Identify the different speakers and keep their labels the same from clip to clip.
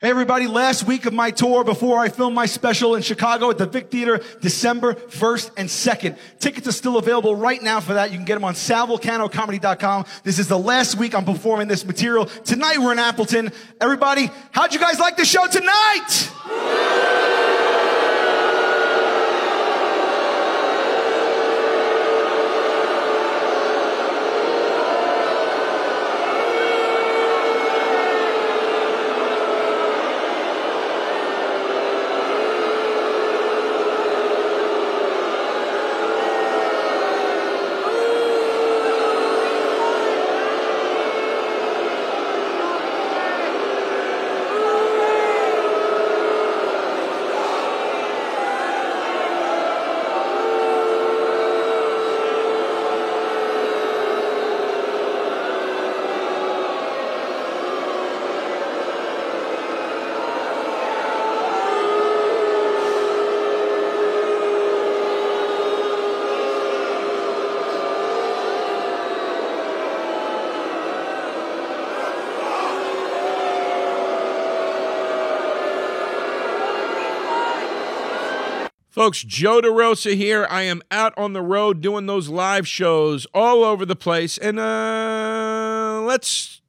Speaker 1: Hey everybody, last week of my tour before I film my special in Chicago at the Vic Theater, December 1st and 2nd. Tickets are still available right now for that. You can get them on salvolcanocomedy.com. This is the last week I'm performing this material. Tonight we're in Appleton. Everybody, how'd you guys like the show tonight?
Speaker 2: Folks, Joe DeRosa here. I am out on the road doing those live shows all over the place. And uh let's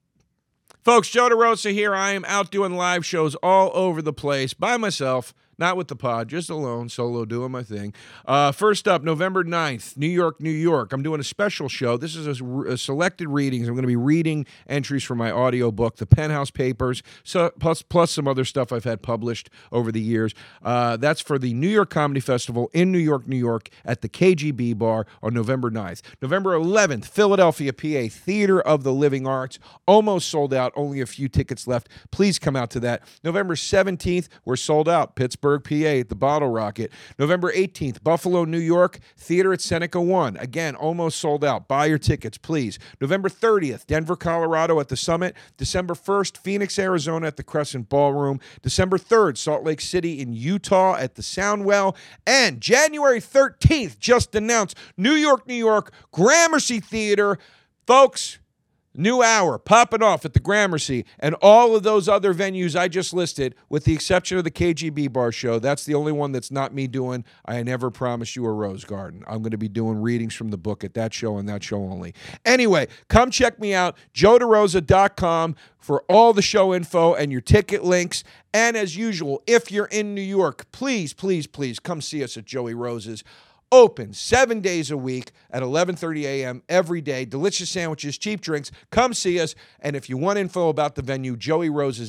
Speaker 2: Folks, Joe DeRosa here. I am out doing live shows all over the place by myself, not with the pod, just alone, solo doing my thing. Uh, first up, November 9th, New York, New York. I'm doing a special show. This is a, a selected readings. I'm going to be reading entries from my audiobook, The Penthouse Papers, so, plus, plus some other stuff I've had published over the years. Uh, that's for the New York Comedy Festival in New York, New York at the KGB Bar on November 9th. November 11th, Philadelphia, PA, Theater of the Living Arts. Almost sold out, only a few tickets left. Please come out to that. November 17th, we're sold out. Pittsburgh, PA at the Bottle Rocket. November 18th, Buffalo, New York, Theater at Seneca One. Again, almost sold out. Buy your tickets, please. November 30th, Denver, Colorado at the Summit. December 1st, Phoenix, Arizona at the Crescent Ballroom. December 3rd, Salt Lake City in Utah at the Soundwell. And January 13th, just announced New York, New York, Gramercy Theater. Folks, New Hour, popping off at the Gramercy, and all of those other venues I just listed, with the exception of the KGB Bar Show. That's the only one that's not me doing I Never Promised You a Rose Garden. I'm going to be doing readings from the book at that show and that show only. Anyway, come check me out, joederosa.com for all the show info and your ticket links. And as usual, if you're in New York, please, please, please come see us at Joey Rose's open seven days a week at 11.30 a.m every day delicious sandwiches cheap drinks come see us and if you want info about the venue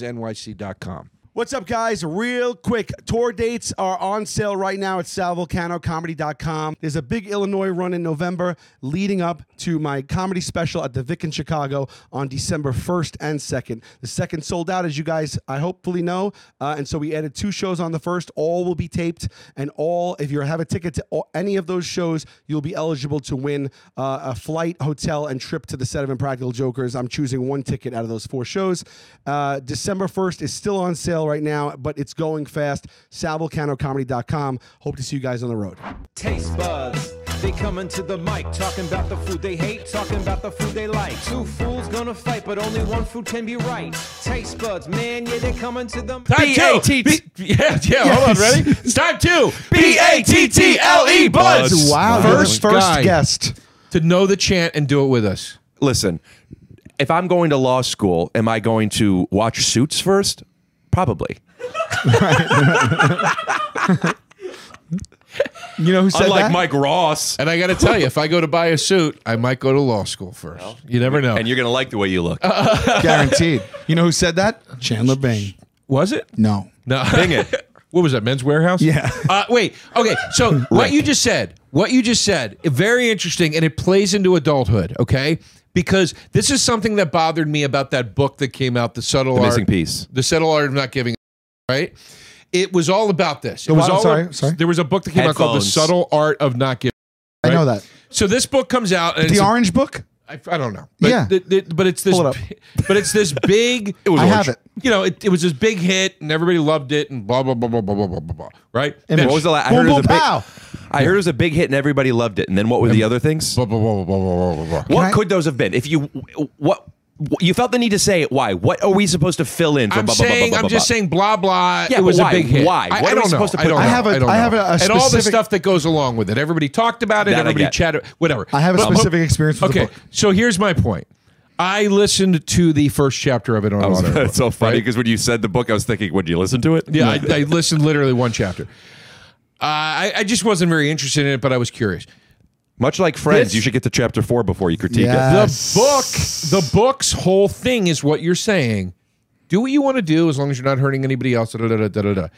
Speaker 2: joeyrosesnyc.com
Speaker 1: What's up, guys? Real quick, tour dates are on sale right now at salvolcanocomedy.com. There's a big Illinois run in November leading up to my comedy special at the Vic in Chicago on December 1st and 2nd. The second sold out, as you guys I hopefully know, uh, and so we added two shows on the first. All will be taped, and all, if you have a ticket to all- any of those shows, you'll be eligible to win uh, a flight, hotel, and trip to the set of Impractical Jokers. I'm choosing one ticket out of those four shows. Uh, December 1st is still on sale right now, but it's going fast. SalVolcanoComedy.com. Hope to see you guys on the road.
Speaker 3: taste buds. They coming to the mic, talking about the food they hate, talking about the food they like. Two fools gonna fight, but only one food can be right. Taste buds, man, yeah, they coming to the
Speaker 2: B A T T. Yeah, yeah. Hold on, ready? It's time to B A T T L E buds.
Speaker 1: Wow, first first
Speaker 2: guy
Speaker 1: guest.
Speaker 2: to know the chant and do it with us.
Speaker 4: listen, if I'm going to law school, am I going to watch Suits first? Probably.
Speaker 1: You know who said
Speaker 4: Unlike
Speaker 1: that?
Speaker 4: Mike Ross.
Speaker 2: And I got to tell you, if I go to buy a suit, I might go to law school first. you never know.
Speaker 4: And you're going to like the way you look.
Speaker 5: Oh,
Speaker 1: Guaranteed. You know who said that? Chandler Bing.
Speaker 2: was it?
Speaker 1: No.
Speaker 2: No.
Speaker 4: Dang it.
Speaker 2: What was that? Men's Warehouse?
Speaker 1: Yeah.
Speaker 2: Uh, wait. Okay. So what you just said, what you just said, very interesting, and it plays into adulthood. Okay, because this is something that bothered me about that book that came out, the subtle
Speaker 4: The
Speaker 2: art,
Speaker 4: Missing Piece.
Speaker 2: the subtle art of not giving. a- Right. It was all about this. It
Speaker 1: The
Speaker 2: was
Speaker 1: what? I'm
Speaker 2: all
Speaker 1: sorry, sorry.
Speaker 2: There was a book that came out called "The
Speaker 4: Headphones.
Speaker 2: Subtle Art of Not Giving."
Speaker 1: I know that.
Speaker 2: So this book comes out, and
Speaker 1: The
Speaker 2: it's a-
Speaker 1: Orange Book?
Speaker 2: I, I don't know. But
Speaker 1: Yeah.
Speaker 2: th- th- but it's this.
Speaker 1: Pull it up.
Speaker 2: bi- But it's this big. it
Speaker 1: I have it.
Speaker 2: You know, it, it was this big hit, and everybody loved it, and blah blah blah blah blah blah blah blah. blah right?
Speaker 1: Image.
Speaker 4: What was the last?
Speaker 1: Boom,
Speaker 4: it was
Speaker 1: boom, pow.
Speaker 4: a big, I heard it was a big hit and everybody loved it. And then what were the other things?
Speaker 2: Blah, blah, blah, blah, blah, blah, blah, blah.
Speaker 4: What
Speaker 1: I-
Speaker 4: could those have been? If you what you felt the need to say it. Why? What are we supposed to fill in? For
Speaker 5: I'm
Speaker 4: blah, blah, blah,
Speaker 5: saying,
Speaker 4: blah,
Speaker 5: I'm
Speaker 4: blah,
Speaker 5: just
Speaker 4: blah?
Speaker 5: saying, blah blah.
Speaker 4: Yeah,
Speaker 5: it
Speaker 4: but
Speaker 5: was
Speaker 4: why?
Speaker 5: a big hit.
Speaker 4: Why? What
Speaker 5: I, I
Speaker 4: are we
Speaker 5: don't know.
Speaker 4: supposed to
Speaker 5: I
Speaker 4: put
Speaker 5: don't
Speaker 4: down?
Speaker 5: know.
Speaker 1: I have a-
Speaker 5: don't
Speaker 1: I have
Speaker 5: know.
Speaker 1: a- a
Speaker 5: and all the
Speaker 1: specific-
Speaker 5: stuff that goes along with it. Everybody talked about it.
Speaker 4: That I
Speaker 5: everybody
Speaker 4: get.
Speaker 5: chatted. Whatever.
Speaker 1: I have a
Speaker 5: But- but-
Speaker 1: specific experience with the
Speaker 5: okay,
Speaker 1: book.
Speaker 5: so here's my point. I listened to the first chapter of it on audio.
Speaker 4: It's so funny
Speaker 5: right?
Speaker 4: because when you said the book, I was thinking, would you listen to it?
Speaker 5: Yeah, I, I listened literally one chapter. Uh, I, I just wasn't very interested in it, but I was curious.
Speaker 4: Much like Friends,
Speaker 5: This-
Speaker 4: you should get to chapter four before you critique
Speaker 1: Yeah.
Speaker 4: it.
Speaker 5: The
Speaker 1: Yes.
Speaker 5: book, the book's whole thing is what you're saying. Do what you want to do as long as you're not hurting anybody else. Da, da, da, da, da, da.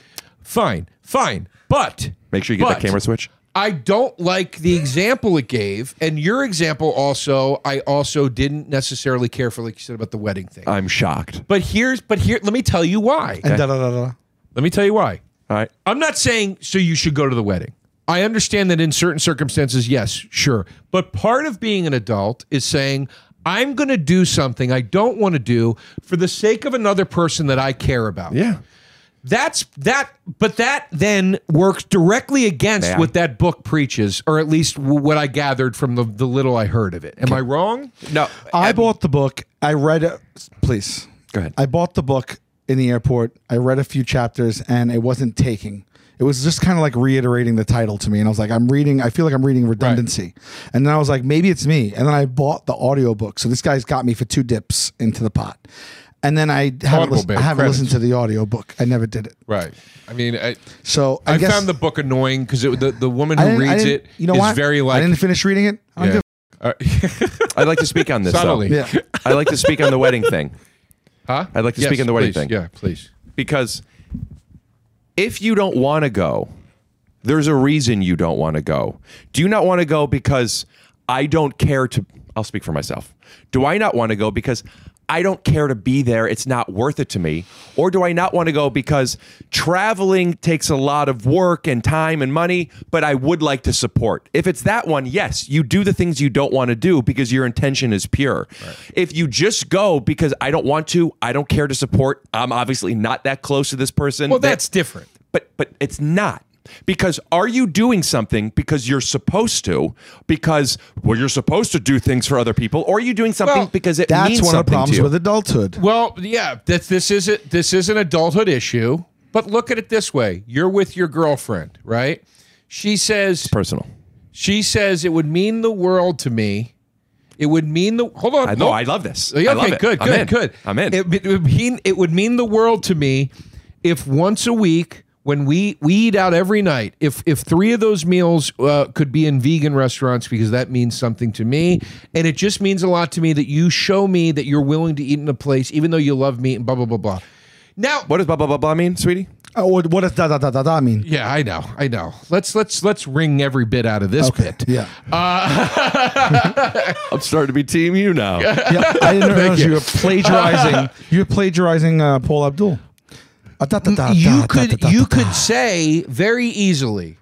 Speaker 5: Fine, fine. But
Speaker 4: Make sure you get
Speaker 5: but
Speaker 4: that camera switch.
Speaker 5: I don't like the example it gave, and your example also. I also didn't necessarily care for, like you said about the wedding thing.
Speaker 4: I'm shocked.
Speaker 5: but here's, but here, let me tell you why.
Speaker 1: And da da da da.
Speaker 5: Let me tell you why.
Speaker 4: All right.
Speaker 5: I'm not saying so you should go to the wedding. I understand that in certain circumstances, yes, sure. But part of being an adult is saying, I'm going to do something I don't want to do for the sake of another person that I care about.
Speaker 4: Yeah.
Speaker 5: That's that, but that then works directly against
Speaker 4: May I?
Speaker 5: what that book preaches, or at least w- what I gathered from the, the little I heard of it. Am I wrong? Uh,
Speaker 4: No.
Speaker 1: I bought the book. I read it. Please.
Speaker 4: Go ahead.
Speaker 1: I bought the book in the airport. I read a few chapters and it wasn't taking. It was just kind of like reiterating the title to me. And I was like, I'm reading, I feel like I'm reading redundancy. And then I was like, maybe it's me. And then I bought the audiobook. So this guy's got me for two dips into the pot. And then I haven't,
Speaker 5: Audible,
Speaker 1: lis-
Speaker 5: babe,
Speaker 1: I haven't
Speaker 5: credits.
Speaker 1: listened to the audiobook. I never did it.
Speaker 5: Right. I mean, I,
Speaker 1: So I,
Speaker 5: I,
Speaker 1: guess
Speaker 5: found the book annoying because the, the woman
Speaker 1: I
Speaker 5: who
Speaker 1: didn't- I
Speaker 5: reads
Speaker 1: didn't-
Speaker 5: it
Speaker 1: you know
Speaker 5: is
Speaker 1: what?
Speaker 5: very
Speaker 1: I
Speaker 5: like
Speaker 1: didn't finish reading it. I don't
Speaker 5: Yeah.
Speaker 1: give
Speaker 4: I'd like to speak on this. though.
Speaker 5: subtly.
Speaker 1: Yeah.
Speaker 4: I'd like to speak on the wedding thing
Speaker 5: Huh?
Speaker 4: I'd like to speak on the wedding
Speaker 5: please.
Speaker 4: thing.
Speaker 5: Yeah, please.
Speaker 4: because if you don't want to go, there's a reason you don't want to go. Do you not want to go because I don't care to? I'll speak for myself. Do I not want to go because I don't care to be there? It's not worth it to me. Or do I not want to go because traveling takes a lot of work and time and money, but I would like to support? If it's that one, yes, you do the things you don't want to do because your intention is pure. If you just go because I don't want to, I don't care to support, I'm obviously not that close to this person.
Speaker 5: Well,
Speaker 4: that-
Speaker 5: that's different.
Speaker 4: but but it's not because are you doing something because you're supposed to because well you're supposed to do things for other people or are you doing something
Speaker 5: Well,
Speaker 4: because it
Speaker 1: That's
Speaker 4: means
Speaker 1: one of the
Speaker 4: something
Speaker 1: problems
Speaker 4: to you
Speaker 1: with adulthood.
Speaker 5: Well, yeah, this this is a, this is an adulthood issue. But look at it this way: you're with your girlfriend, right? She says
Speaker 4: personal
Speaker 5: she says it would mean the world to me. It would mean the hold on.
Speaker 4: I know
Speaker 5: hold-
Speaker 4: I love this
Speaker 5: Okay,
Speaker 4: I love it.
Speaker 5: good,
Speaker 4: I'm
Speaker 5: good,
Speaker 4: in.
Speaker 5: good.
Speaker 4: I'm in
Speaker 5: It, it would mean it would mean the world to me if once a week when we we eat out every night, if if three of those meals uh, could be in vegan restaurants because that means something to me, and it just means a lot to me that you show me that you're willing to eat in a place even though you love meat and blah blah blah blah. Now,
Speaker 4: what does blah blah blah blah mean sweetie
Speaker 1: Oh, what what does da da da da da mean?
Speaker 5: yeah, I know, I know. Let's let's let's wring every bit out of this
Speaker 1: Okay.
Speaker 5: bit.
Speaker 1: Yeah.
Speaker 4: I'm starting to be team you now
Speaker 1: yeah, I didn't realize you. were plagiarizing. you were plagiarizing uh, Paul Abdul. Uh, da, da, da, da,
Speaker 5: you
Speaker 1: da, da,
Speaker 5: could
Speaker 1: da,
Speaker 5: you
Speaker 1: da,
Speaker 5: could
Speaker 1: da.
Speaker 5: say very easily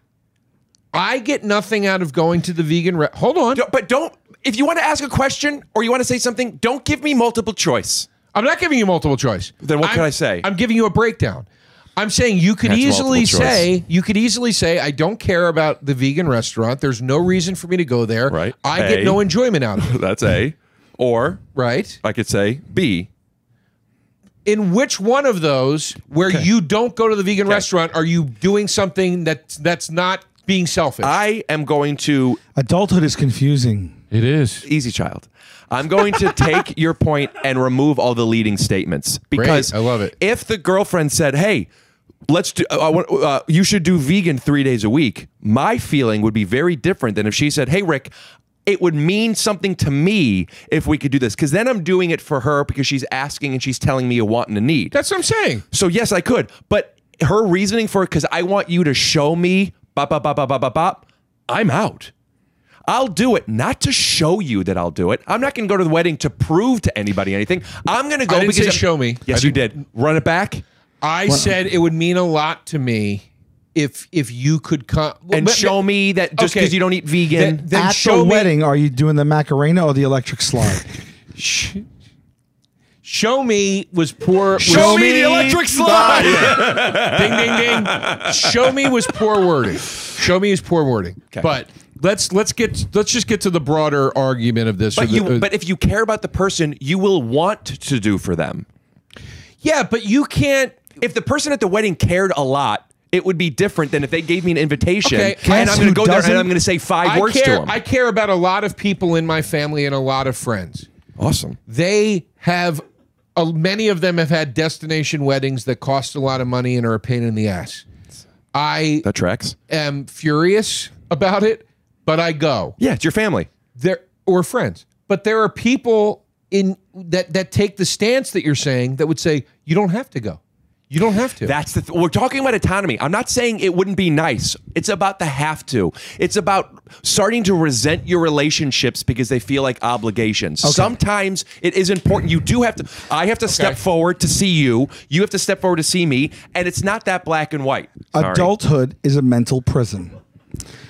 Speaker 5: i get nothing out of going to the vegan re- hold on
Speaker 4: Don't- but don't if you want to ask a question or you want to say something don't give me multiple choice
Speaker 5: i'm not giving you multiple choice
Speaker 4: Then what
Speaker 5: I'm-
Speaker 4: can I say?
Speaker 5: i'm giving you a breakdown i'm saying you could
Speaker 4: That's
Speaker 5: easily
Speaker 4: multiple choice.
Speaker 5: say you could easily say i don't care about the vegan restaurant there's no reason for me to go there
Speaker 4: Right.
Speaker 5: i
Speaker 4: A.
Speaker 5: get no enjoyment out of it
Speaker 4: that's a or
Speaker 5: right
Speaker 4: I could say B
Speaker 5: in which one of those where you don't go to the vegan restaurant are you doing something that's that's not being selfish
Speaker 4: I am going to
Speaker 1: Adulthood is confusing.
Speaker 5: it is
Speaker 4: easy child. I'm going to take your point and remove all the leading statements because
Speaker 5: I love it.
Speaker 4: If the girlfriend said, "Hey, let's do, uh, I want- uh, you should do vegan three days a week," my feeling would be very different than if she said, "Hey, Rick." It would mean something to me if we could do this, because then I'm doing it for her because she's asking and she's telling me a want and a need.
Speaker 5: that's what i'm saying
Speaker 4: So yes, I could, but her reasoning for it because I want you to show me bop bop bop bop bop bop bop. I'm out. I'll do it not to show you that I'll do it. I'm not going to go to the wedding to prove to anybody anything. I'm going to go
Speaker 5: didn't
Speaker 4: because
Speaker 5: say
Speaker 4: I'm-
Speaker 5: show me.
Speaker 4: Yes,
Speaker 5: I
Speaker 4: you did. Run it back
Speaker 5: I said it would mean a lot to me if if you could come
Speaker 4: and show me that just
Speaker 5: okay.
Speaker 4: because you don't eat vegan.
Speaker 5: Then- then
Speaker 1: At
Speaker 5: show
Speaker 1: the
Speaker 5: me-
Speaker 1: wedding, are you doing the Macarena or the electric slide?
Speaker 5: sh- show me was poor. was-
Speaker 4: show me the electric slide.
Speaker 5: ding ding ding. show me was poor wording. Show me is poor wording. But
Speaker 2: Let's let's get let's just get to the broader argument of this. or
Speaker 4: But
Speaker 2: the-
Speaker 4: you,
Speaker 2: uh,
Speaker 4: but if you care about the person, you will want to do for them. Yeah, but you can't. If the person at the wedding cared a lot, it would be different than if they gave me an invitation
Speaker 2: Okay,
Speaker 4: and
Speaker 2: guess
Speaker 4: I'm going
Speaker 1: who
Speaker 4: to go there
Speaker 1: doesn't?
Speaker 4: and I'm going to say five
Speaker 2: I
Speaker 4: words
Speaker 2: care,
Speaker 4: to them.
Speaker 2: I care about a lot of people in my family and a lot of friends.
Speaker 4: awesome.
Speaker 2: They have uh, many of them have had destination weddings that cost a lot of money and are a pain in the ass. I
Speaker 4: That tracks.
Speaker 2: am furious about it, but I go.
Speaker 4: Yeah, it's your family.
Speaker 2: There or friends. But there are people in that that take the stance that you're saying that would say you don't have to go. You don't have to.
Speaker 4: That's the th- we're talking about autonomy. I'm not saying it wouldn't be nice. It's about the have to. It's about starting to resent your relationships because they feel like obligations. Sometimes it is important. You do have to. I have to step forward to see you. You have to step forward to see me. And it's not that black and white. Sorry.
Speaker 1: Adulthood is a mental prison.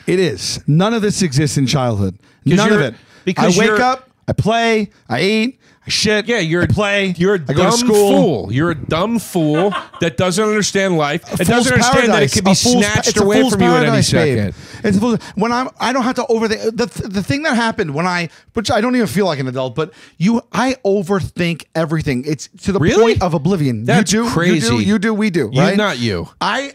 Speaker 1: It is. None of this exists in childhood. None of
Speaker 2: you're-
Speaker 1: it.
Speaker 2: because
Speaker 1: I wake
Speaker 2: you're-
Speaker 1: up, I play, I eat, I shit.
Speaker 2: Yeah, you're
Speaker 1: I play.
Speaker 2: You're a
Speaker 1: I
Speaker 2: dumb
Speaker 1: go to school.
Speaker 2: fool. You're a dumb fool that doesn't understand life. It
Speaker 1: It
Speaker 2: doesn't understand that it can be snatched away from you at any second.
Speaker 1: It's a fool's, when I'm, I don't have to over the, the the thing that happened when I, which I don't even feel like an adult, but you, I overthink everything. It's to the
Speaker 2: Really?
Speaker 1: point of oblivion.
Speaker 2: That's
Speaker 1: you do,
Speaker 2: crazy.
Speaker 1: You do, you do, we do.
Speaker 2: You-
Speaker 1: right?
Speaker 2: not you.
Speaker 1: I.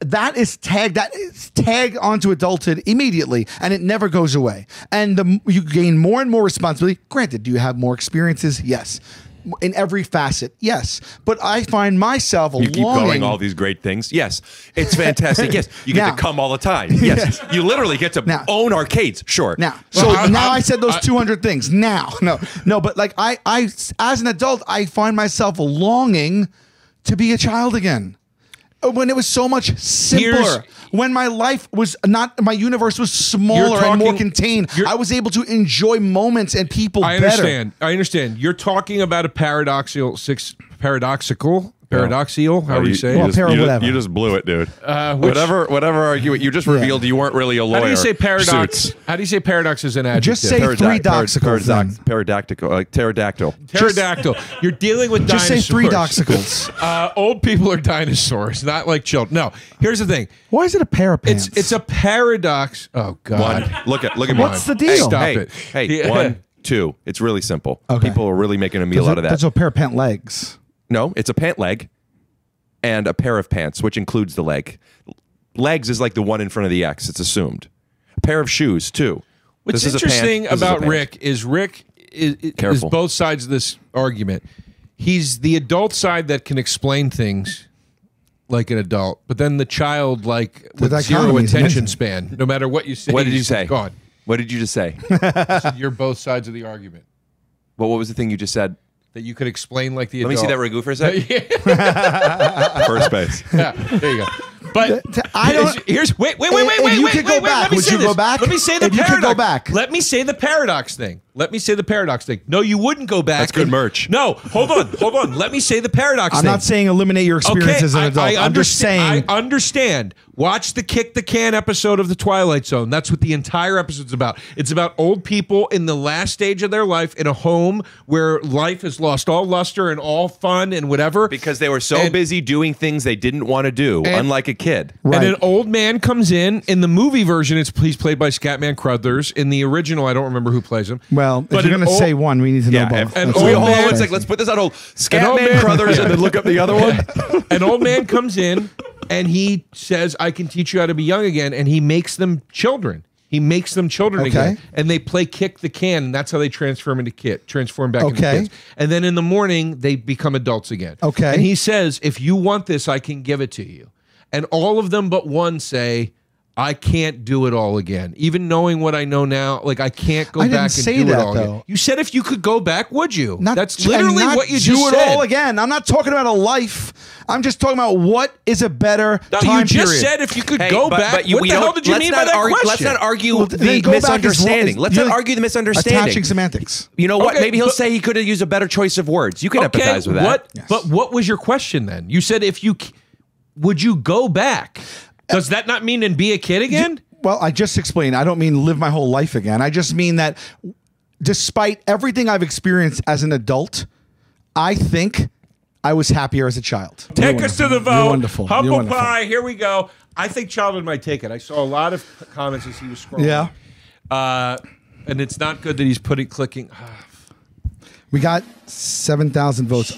Speaker 1: That is tagged. That is tagged onto adulthood immediately, and it never goes away. And the m- you gain more and more responsibility. Granted, do you have more experiences? Yes, M- in every facet. Yes, but I find myself
Speaker 4: You keep
Speaker 1: longing-
Speaker 4: going all these great things. Yes, it's fantastic. yes, you get
Speaker 1: Now-
Speaker 4: to come all the time. Yes, you literally get to
Speaker 1: Now-
Speaker 4: own arcades. Sure.
Speaker 1: Now,
Speaker 2: So
Speaker 1: so
Speaker 2: I-
Speaker 1: now
Speaker 2: I-
Speaker 1: I said those
Speaker 2: I-
Speaker 1: 200 things. Now, no, no, but like I, I, as an adult, I find myself longing to be a child again. Uh, When it was so much simpler,
Speaker 2: Here's-
Speaker 1: when my life was not, my universe was smaller and more
Speaker 2: talking-
Speaker 1: contained.
Speaker 2: you're-
Speaker 1: I was able to enjoy moments and people
Speaker 2: I
Speaker 1: better.
Speaker 2: understand. I understand. You're talking about a paradoxical six paradoxical paradoxial. How do you say? it?
Speaker 1: Well, just- para- you whatever. you
Speaker 4: just blew it, dude.
Speaker 2: Uh, which-
Speaker 4: whatever, whatever argument you just revealed, you weren't really a lawyer.
Speaker 2: How do you say paradox? How do you say paradox is an adjective?
Speaker 1: Just say three doxicals. then.
Speaker 4: Paradactical, like pterodactyl.
Speaker 2: pterodactyl. You're dealing with
Speaker 1: Just say
Speaker 2: dinosaurs.
Speaker 1: three doxicals.
Speaker 2: Uh, old people are dinosaurs, not like children. No. Here's the thing.
Speaker 1: Why is it a pair of
Speaker 2: It's
Speaker 1: pants?
Speaker 2: it's a paradox. Oh God.
Speaker 4: One. Look at look at
Speaker 1: What's the
Speaker 4: mine.
Speaker 1: deal?
Speaker 4: Hey,
Speaker 1: Stop
Speaker 4: hey,
Speaker 2: it.
Speaker 4: Hey,
Speaker 2: Yeah.
Speaker 4: one, two. It's really simple.
Speaker 1: Okay.
Speaker 4: People are really making a meal
Speaker 1: Those are-
Speaker 4: out of that.
Speaker 1: those are a pair of pant legs.
Speaker 4: no, it's a pant leg and a pair of pants, which includes the leg. Legs is like the one in front of the X. It's assumed. A pair of shoes too.
Speaker 2: What's
Speaker 4: This is a pant,
Speaker 2: interesting
Speaker 4: this is a
Speaker 2: about
Speaker 4: pant.
Speaker 2: Rick is Rick is, is
Speaker 4: Careful.
Speaker 2: both sides of this argument. He's the adult side that can explain things like an adult, but then the child like with zero
Speaker 1: dichotomy is
Speaker 2: attention
Speaker 1: missing.
Speaker 2: span. No matter what you say,
Speaker 4: What did you
Speaker 2: he's
Speaker 4: say?
Speaker 2: Gone.
Speaker 4: What did you just say?
Speaker 2: So you're both sides of the argument
Speaker 4: what, what was the thing you just said?
Speaker 2: that you could explain like the
Speaker 4: Let me
Speaker 2: adult.
Speaker 4: see that ragu for a second. First base.
Speaker 2: yeah, there you go. But
Speaker 1: I don't-
Speaker 2: Here's wait, wait, wait,
Speaker 1: If-
Speaker 2: wait,
Speaker 1: if
Speaker 2: wait,
Speaker 1: you
Speaker 2: wait,
Speaker 1: could
Speaker 2: wait,
Speaker 1: go
Speaker 2: wait, Let
Speaker 1: back,
Speaker 2: me
Speaker 1: would
Speaker 2: say
Speaker 1: you
Speaker 2: this.
Speaker 1: go back?
Speaker 2: Let me say the
Speaker 1: If you
Speaker 2: paradox.
Speaker 1: could go back.
Speaker 2: Let me say the paradox thing. Let me say the paradox thing. No, you wouldn't go back.
Speaker 4: That's good merch.
Speaker 2: No, hold on, hold on. Let me say the paradox.
Speaker 1: I'm
Speaker 2: thing.
Speaker 1: not saying eliminate your experience as an adult. am just saying.
Speaker 2: I understand. Watch the kick the can episode of The Twilight Zone. That's what the entire episode's about. It's about old people in the last stage of their life in a home where life has lost all luster and all fun and whatever.
Speaker 4: Because they were so
Speaker 2: And-
Speaker 4: busy doing things they didn't want to do, unlike a kid.
Speaker 1: Right.
Speaker 2: And an old man comes in. In the movie version, it's he's played by Scatman Crothers. In the original, I don't remember who plays him.
Speaker 1: well, if you're
Speaker 2: an
Speaker 1: going to
Speaker 2: old-
Speaker 1: say one, we need to know
Speaker 4: Yeah,
Speaker 1: both.
Speaker 4: if- and
Speaker 2: old
Speaker 1: That's all
Speaker 4: we
Speaker 1: I'm
Speaker 4: hold on one
Speaker 2: man-
Speaker 4: second. Let's put this on hold.
Speaker 2: old
Speaker 4: Scatman
Speaker 2: man-
Speaker 4: Crothers, and then look up the other one.
Speaker 2: an old man comes in and he says, I can teach you how to be young again. And he makes them children. He makes them children
Speaker 1: Okay.
Speaker 2: again. And they play kick the can. And that's how they transform into kid, transform back into
Speaker 1: Okay.
Speaker 2: kids. And then in the morning, they become adults again.
Speaker 1: Okay.
Speaker 2: And he says, If you want this, I can give it to you. And all of them but one say, I can't do it all again. Even knowing what I know now, like I can't go
Speaker 1: I
Speaker 2: back
Speaker 1: didn't
Speaker 2: and
Speaker 1: say
Speaker 2: do it
Speaker 1: that,
Speaker 2: all again.
Speaker 1: though.
Speaker 2: You said if you could go back, would you?
Speaker 1: Not-
Speaker 2: That's
Speaker 1: and
Speaker 2: literally
Speaker 1: not
Speaker 2: what you
Speaker 1: do
Speaker 2: just
Speaker 1: it
Speaker 2: said.
Speaker 1: all again. I'm not talking about a life. I'm just talking about what is a better
Speaker 2: No,
Speaker 1: time
Speaker 2: you just
Speaker 1: period.
Speaker 2: said if you could
Speaker 4: Hey,
Speaker 2: go
Speaker 4: but-
Speaker 2: back.
Speaker 4: but you-
Speaker 2: what
Speaker 4: we
Speaker 2: the hell
Speaker 4: don't-
Speaker 2: did you
Speaker 4: let's
Speaker 2: mean by
Speaker 4: not
Speaker 2: that
Speaker 4: argue-
Speaker 2: question?
Speaker 4: Let's not argue
Speaker 1: Well, then
Speaker 4: the
Speaker 1: go back as long-
Speaker 4: misunderstanding. Let's
Speaker 1: you're
Speaker 4: not
Speaker 1: like
Speaker 4: argue the misunderstanding.
Speaker 1: Attaching semantics.
Speaker 4: You know what?
Speaker 2: Okay,
Speaker 4: Maybe he'll
Speaker 2: but-
Speaker 4: say he could have used a better choice of words. You can
Speaker 2: okay,
Speaker 4: empathize with that.
Speaker 2: What, But what was your question then? You said if you c- would you go back? Does that not mean and be a kid again?
Speaker 1: Well, I just explained. I don't mean live my whole life again. I just mean that despite everything I've experienced as an adult, I think I was happier as a child.
Speaker 5: Take us to the
Speaker 6: You're
Speaker 5: vote.
Speaker 6: wonderful.
Speaker 5: Humble
Speaker 6: You're wonderful.
Speaker 5: pie. Here we go. I think Childhood might take it. I saw a lot of comments as he was scrolling.
Speaker 1: Yeah.
Speaker 5: Uh, and it's not good that he's putting clicking.
Speaker 2: ah.
Speaker 1: We got 7,000 votes.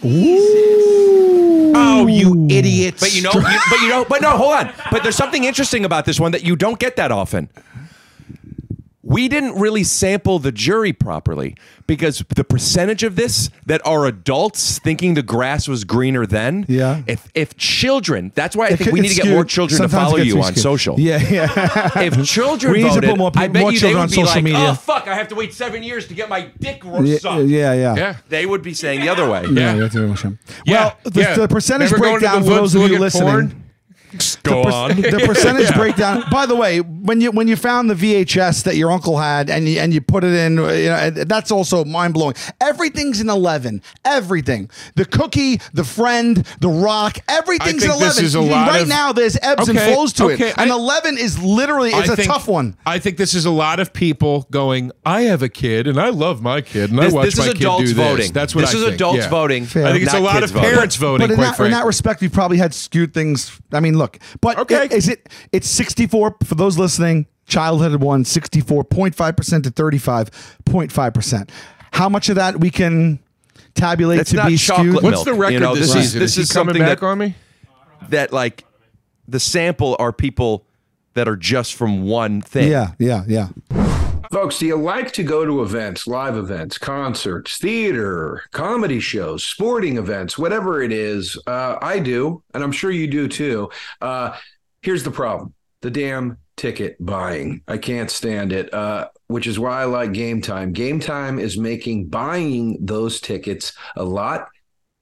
Speaker 1: Ooh.
Speaker 5: Oh, you idiots!
Speaker 4: But you know, you, but you know, but no, hold on. But there's something interesting about this one that you don't get that often. We didn't really sample the jury properly because the percentage of this that are adults thinking the grass was greener then.
Speaker 1: Yeah.
Speaker 4: If if children, that's why I think
Speaker 1: It
Speaker 4: we
Speaker 1: could-
Speaker 4: need to
Speaker 1: it's
Speaker 4: get more
Speaker 1: skewed.
Speaker 4: children to
Speaker 1: Sometimes it
Speaker 4: follow
Speaker 1: gets
Speaker 4: you
Speaker 1: too
Speaker 4: on
Speaker 1: skewed.
Speaker 4: social.
Speaker 1: Yeah, yeah.
Speaker 4: If children
Speaker 1: We need to
Speaker 4: voted,
Speaker 1: put more pe-
Speaker 4: I bet
Speaker 1: more
Speaker 4: you they
Speaker 1: children
Speaker 4: would
Speaker 1: on
Speaker 4: be
Speaker 1: social
Speaker 4: like,
Speaker 1: media.
Speaker 4: "Oh fuck, I have to wait seven years to get my dick
Speaker 1: yeah,
Speaker 4: sucked."
Speaker 1: yeah, yeah.
Speaker 5: Yeah.
Speaker 4: They would be saying the other way.
Speaker 5: Yeah.
Speaker 1: that's very much him.
Speaker 5: Yeah,
Speaker 1: Well, the,
Speaker 5: yeah.
Speaker 1: the percentage
Speaker 5: Remember going to the
Speaker 1: breakdown for
Speaker 5: woods
Speaker 1: those of you
Speaker 5: to look at
Speaker 1: listening.
Speaker 5: porn?
Speaker 4: Go
Speaker 1: per- the percentage breakdown. By the way, when you when you found the VHS that your uncle had and you, and you put it in, uh, you know, and that's also mind blowing. Everything's an eleven. Everything. The cookie, the friend, the rock. Everything's an
Speaker 5: think this
Speaker 1: eleven.
Speaker 5: is a
Speaker 1: You-
Speaker 5: lot
Speaker 1: right
Speaker 5: of-
Speaker 1: now, there's ebbs
Speaker 5: Okay,
Speaker 1: and flows to
Speaker 5: okay,
Speaker 1: it. An
Speaker 5: I-
Speaker 1: eleven is literally it's
Speaker 5: I
Speaker 1: a
Speaker 5: think-
Speaker 1: tough one.
Speaker 5: I think this is a lot of people going. I have a kid, and I love my kid, and
Speaker 4: This,
Speaker 5: I watch
Speaker 4: this
Speaker 5: my
Speaker 4: is
Speaker 5: kid
Speaker 4: adults
Speaker 5: do this.
Speaker 4: voting.
Speaker 5: That's what
Speaker 4: this
Speaker 5: I
Speaker 4: is
Speaker 5: think,
Speaker 4: adults
Speaker 5: yeah.
Speaker 4: voting.
Speaker 1: Fair.
Speaker 5: I think it's
Speaker 4: not
Speaker 5: a lot
Speaker 4: kids
Speaker 5: of
Speaker 4: voting.
Speaker 5: parents voting.
Speaker 1: But in
Speaker 5: quite
Speaker 1: that, in that
Speaker 5: frankly.
Speaker 1: respect, you probably had skewed things. I mean, look, but
Speaker 5: Okay.
Speaker 1: it, is it? It's sixty four for those listening. Childhood had won sixty four point five percent to thirty five point five percent. How much of that we can tabulate
Speaker 4: That's
Speaker 1: to
Speaker 4: not
Speaker 1: be
Speaker 4: chocolate
Speaker 1: skewed?
Speaker 4: milk.
Speaker 5: What's the
Speaker 4: You
Speaker 5: record
Speaker 4: know,
Speaker 5: this,
Speaker 4: this is-
Speaker 5: season?
Speaker 4: this
Speaker 5: he
Speaker 4: is
Speaker 5: coming
Speaker 4: something
Speaker 5: back
Speaker 4: that-
Speaker 5: on me.
Speaker 4: that like the sample are people that are just from one thing.
Speaker 1: Yeah, yeah, yeah.
Speaker 2: Folks, do you like to go to events, live events, concerts, theater, comedy shows, sporting events, whatever it is? Uh, I do, and I'm sure you do too. Uh, here's the problem the damn ticket buying. I can't stand it, uh, which is why I like Game Time. Game Time is making buying those tickets a lot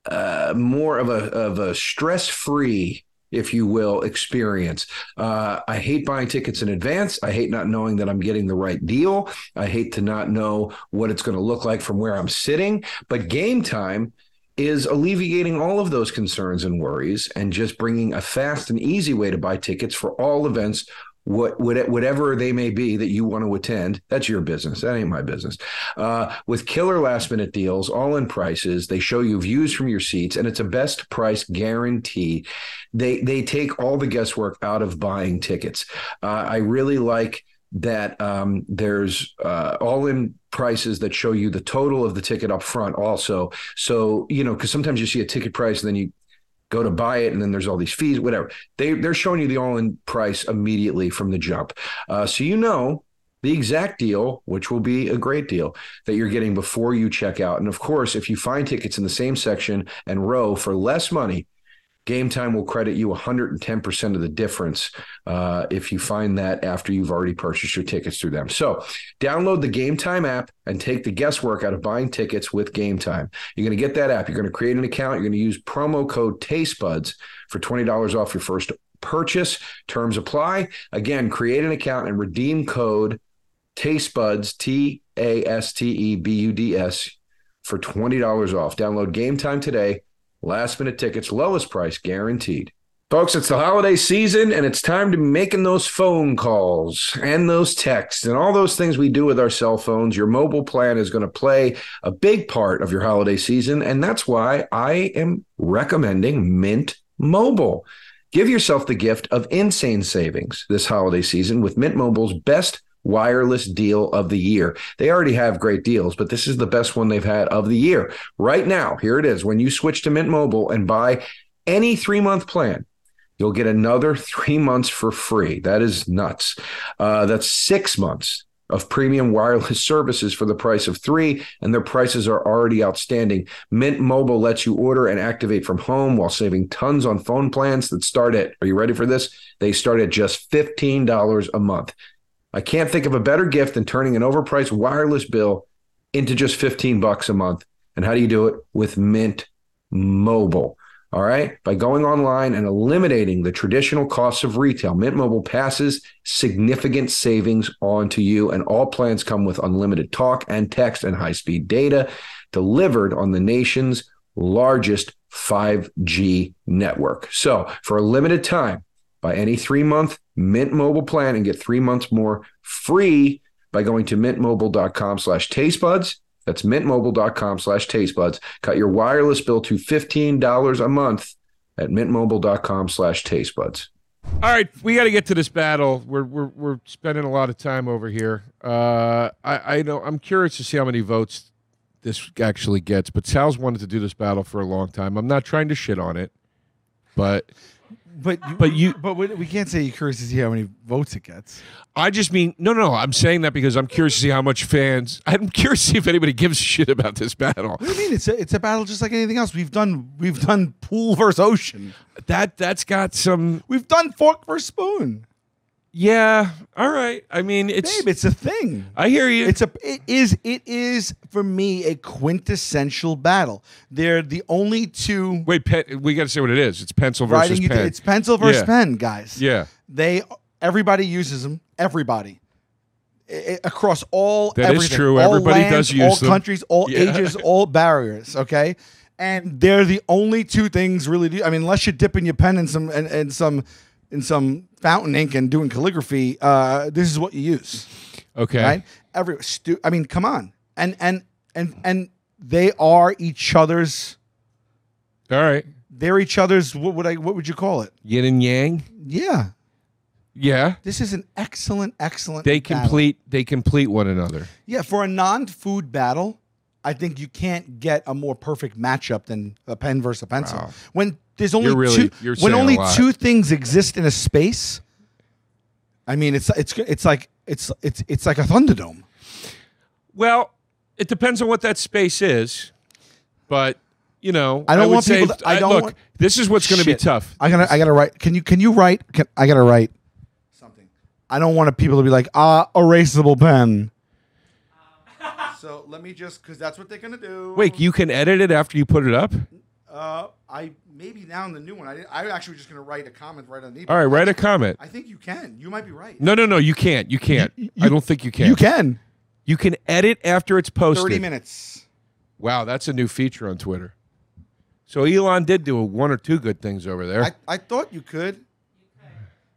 Speaker 2: uh, more of a, of a stress free if you will, experience. Uh, I hate buying tickets in advance. I hate not knowing that I'm getting the right deal. I hate to not know what it's going to look like from where I'm sitting. But game time is alleviating all of those concerns and worries and just bringing a fast and easy way to buy tickets for all events. What, what, whatever they may be that you want to attend, that's your business. That ain't my business. Uh, with killer last minute deals, all in prices, they show you views from your seats, and it's a best price guarantee they they take all the guesswork out of buying tickets. Uh, I really like that um, there's uh, all in prices that show you the total of the ticket up front also. So you know because sometimes you see a ticket price and then you go to buy it and then there's all these fees whatever they they're showing you the all in price immediately from the jump uh, so you know the exact deal which will be a great deal that you're getting before you check out and of course if you find tickets in the same section and row for less money Game Time will credit you 110% of the difference uh, if you find that after you've already purchased your tickets through them. So, download the Game Time app and take the guesswork out of buying tickets with Game Time. You're going to get that app. You're going to create an account. You're going to use promo code TasteBuds for $20 off your first purchase. Terms apply. Again, create an account and redeem code TasteBuds, T A S T E B U D S, for $20 off. Download Game Time today. Last minute tickets, lowest price guaranteed. Folks, it's the holiday season and it's time to be making those phone calls and those texts and all those things we do with our cell phones. Your mobile plan is going to play a big part of your holiday season. And that's why I am recommending Mint Mobile. Give yourself the gift of insane savings this holiday season with Mint Mobile's best wireless deal of the year. They already have great deals, but this is the best one they've had of the year. Right now, here it is. When you switch to Mint Mobile and buy any three month plan, you'll get another three months for free. That is nuts. Uh, that's six months of premium wireless services for the price of three, and their prices are already outstanding. Mint Mobile lets you order and activate from home while saving tons on phone plans that start at, are you ready for this? They start at just $15 a month. I can't think of a better gift than turning an overpriced wireless bill into just 15 bucks a month. And how do you do it? With Mint Mobile. All right. By going online and eliminating the traditional costs of retail, Mint Mobile passes significant savings on to you. And all plans come with unlimited talk and text and high speed data delivered on the nation's largest 5G network. So for a limited time, buy any three month Mint Mobile plan and get three months more free by going to mintmobile.com slash tastebuds.
Speaker 7: That's mintmobile.com slash tastebuds. Cut your wireless bill to $15 a month at mintmobile.com slash tastebuds.
Speaker 2: All right, we got to get to this battle. We're, we're we're spending a lot of time over here. Uh, I I know I'm curious to see how many votes this actually gets, but Sal's wanted to do this battle for a long time. I'm not trying to shit on it, but
Speaker 1: But you,
Speaker 2: But you-
Speaker 1: but we, we can't say you're curious to see how many votes it gets.
Speaker 2: I just mean no, no. I'm saying that because I'm curious to see how much fans. I'm curious to see if anybody gives a shit about this battle.
Speaker 1: What do you mean? It's a, it's a battle just like anything else. We've done we've done pool versus ocean.
Speaker 2: That that's got some.
Speaker 1: We've done fork versus spoon.
Speaker 2: Yeah. All right. I mean, it's.
Speaker 1: Babe, it's a thing.
Speaker 2: I hear you.
Speaker 1: It's a it is it is for me a quintessential battle. They're the only two
Speaker 2: Wait, pen, we got to say what it is. It's pencil versus
Speaker 1: writing. You,
Speaker 2: pen.
Speaker 1: it's pencil versus
Speaker 2: Yeah.
Speaker 1: pen, guys.
Speaker 2: Yeah.
Speaker 1: They everybody uses them. Everybody I- I- across all
Speaker 2: That is
Speaker 1: everything,
Speaker 2: true.
Speaker 1: all
Speaker 2: Everybody
Speaker 1: lands,
Speaker 2: does use
Speaker 1: all
Speaker 2: them.
Speaker 1: countries, all
Speaker 2: Yeah.
Speaker 1: ages, all barriers. Okay. And they're the only two things really. Do, I mean, unless you're dipping your pen in some and, and some in some fountain ink and doing calligraphy, uh, this is what you use
Speaker 2: Okay.
Speaker 1: right? Every stu- I mean, come on, and and and and they are each other's.
Speaker 2: All right.
Speaker 1: They're each other's. What would I? What would you call it?
Speaker 2: Yin and Yang.
Speaker 1: Yeah,
Speaker 2: Yeah.
Speaker 1: this is an excellent, excellent.
Speaker 2: They
Speaker 1: battle.
Speaker 2: complete. They complete one another.
Speaker 1: Yeah, for a non-food battle, I think you can't get a more perfect matchup than a pen versus a pencil. When there's only
Speaker 2: You're really-
Speaker 1: two,
Speaker 2: you're
Speaker 1: when
Speaker 2: saying a
Speaker 1: only
Speaker 2: lot.
Speaker 1: two things exist in a space. I mean, it's it's it's like it's it's it's like a thunderdome.
Speaker 2: Well, it depends on what that space is, but you know,
Speaker 1: I don't
Speaker 2: would
Speaker 1: want
Speaker 2: say-
Speaker 1: people to- I don't
Speaker 2: look.
Speaker 1: want-
Speaker 2: this is what's going to be
Speaker 1: Shit.
Speaker 2: tough.
Speaker 1: I gotta I gotta write. Can you can you write? Can, I gotta write something. I don't want people to be like ah erasable pen. So let me just because that's what they're gonna do.
Speaker 2: Wait, you can edit it after you put it up.
Speaker 1: uh, I maybe now in the new one. I didn't- I actually was just gonna write a comment right underneath.
Speaker 2: All right, write a comment.
Speaker 1: I think you can. You might be right.
Speaker 2: No, no, no, you can't. You can't. I don't think you can.
Speaker 1: you can.
Speaker 2: You can edit after it's posted.
Speaker 1: Thirty minutes.
Speaker 2: Wow, that's a new feature on Twitter. So Elon did do one or two good things over there.
Speaker 1: I, I thought you could.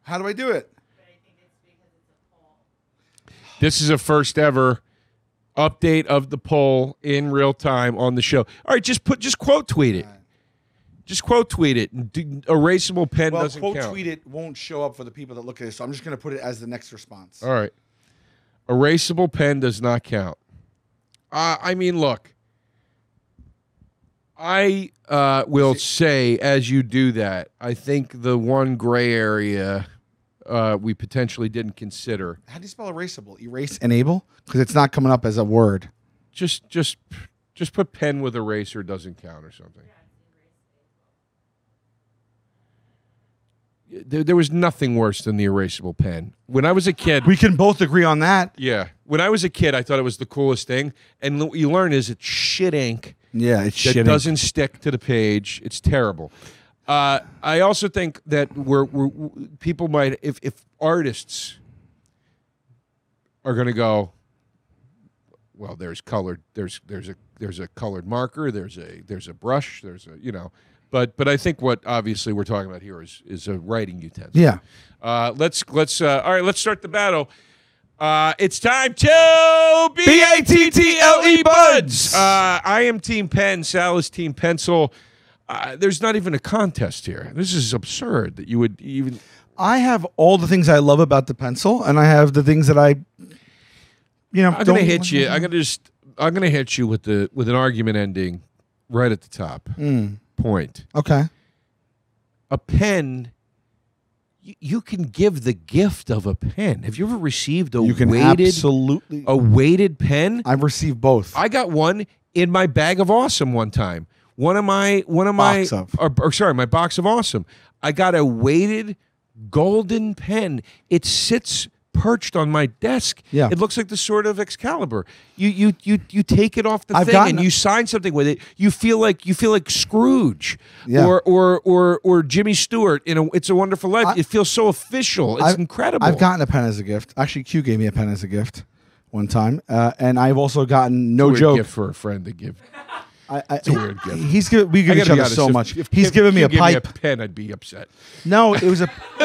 Speaker 1: How do I do it?
Speaker 2: this is a first ever update of the poll in real time on the show. All right, just put just quote tweet it. Just quote tweet it. And do- Erasable pen
Speaker 1: Well,
Speaker 2: doesn't
Speaker 1: quote
Speaker 2: count.
Speaker 1: tweet it won't show up for the people that look at it, so I'm just gonna put it as the next response.
Speaker 2: All right. Erasable pen does not count. Uh, I mean, look, I uh, will say as you do that, I think the one gray area uh, we potentially didn't consider
Speaker 1: How do you spell erasable? Erase enable because it's not coming up as a word.
Speaker 2: just just just put pen with eraser doesn't count or something. There, there was nothing worse than the erasable pen. When I was a kid,
Speaker 1: We can both agree on that.
Speaker 2: yeah, when I was a kid, I thought it was the coolest thing. And what you learn is it's shit ink
Speaker 1: Yeah, it's
Speaker 2: that doesn't stick to the page. It's terrible. Uh, I also think that we're, we're w- people might if if artists are going to go. Well, there's colored. There's there's a there's a colored marker. There's a there's a brush. There's a you know. But but I think what obviously we're talking about here is is a writing utensil.
Speaker 1: Yeah.
Speaker 2: Uh, let's let's uh, all right. Let's start the battle. Uh, it's time to B A T T L E buds. Uh, I am Team Pen. Sal is Team Pencil. Uh, there's not even a contest here. This is absurd that you would even.
Speaker 1: I have all the things I love about the pencil, and I have the things that I, you know,
Speaker 2: I'm
Speaker 1: don't
Speaker 2: gonna hit you. I'm gonna just. I'm gonna hit you with the with an argument ending right at the top point.
Speaker 1: Okay.
Speaker 2: Hmm. A pen. You, you can give the gift of a pen. Have you ever received a
Speaker 1: You can
Speaker 2: weighted
Speaker 1: absolutely.
Speaker 2: a weighted pen?
Speaker 1: I've received both.
Speaker 2: I got one in my bag of awesome one time. One of my one of my
Speaker 1: Box of.
Speaker 2: Or, or sorry, my box of awesome. I got a weighted golden pen. It sits perched on my desk.
Speaker 1: Yeah.
Speaker 2: It looks like the sword of Excalibur. You you you you take it off the
Speaker 1: I've
Speaker 2: thing
Speaker 1: gotten-
Speaker 2: and you sign something with it. You feel like you feel like Scrooge
Speaker 1: Yeah.
Speaker 2: or or or or Jimmy Stewart in a It's a Wonderful Life. it feels so official. It's
Speaker 1: I've-
Speaker 2: incredible.
Speaker 1: I've gotten a pen as a gift. Actually, Q gave me a pen as a gift one time, uh, and I've also gotten no
Speaker 2: Weird
Speaker 1: joke.
Speaker 2: gift for a friend to give.
Speaker 1: I, I,
Speaker 2: a weird gift.
Speaker 1: He's given we give
Speaker 2: I
Speaker 1: each
Speaker 2: gotta be
Speaker 1: other
Speaker 2: honest,
Speaker 1: so
Speaker 2: if-
Speaker 1: much.
Speaker 2: if
Speaker 1: he's
Speaker 2: Kim-
Speaker 1: given me
Speaker 2: you
Speaker 1: a
Speaker 2: gave
Speaker 1: pipe.
Speaker 2: pen, I'd be upset.
Speaker 1: no, it was a.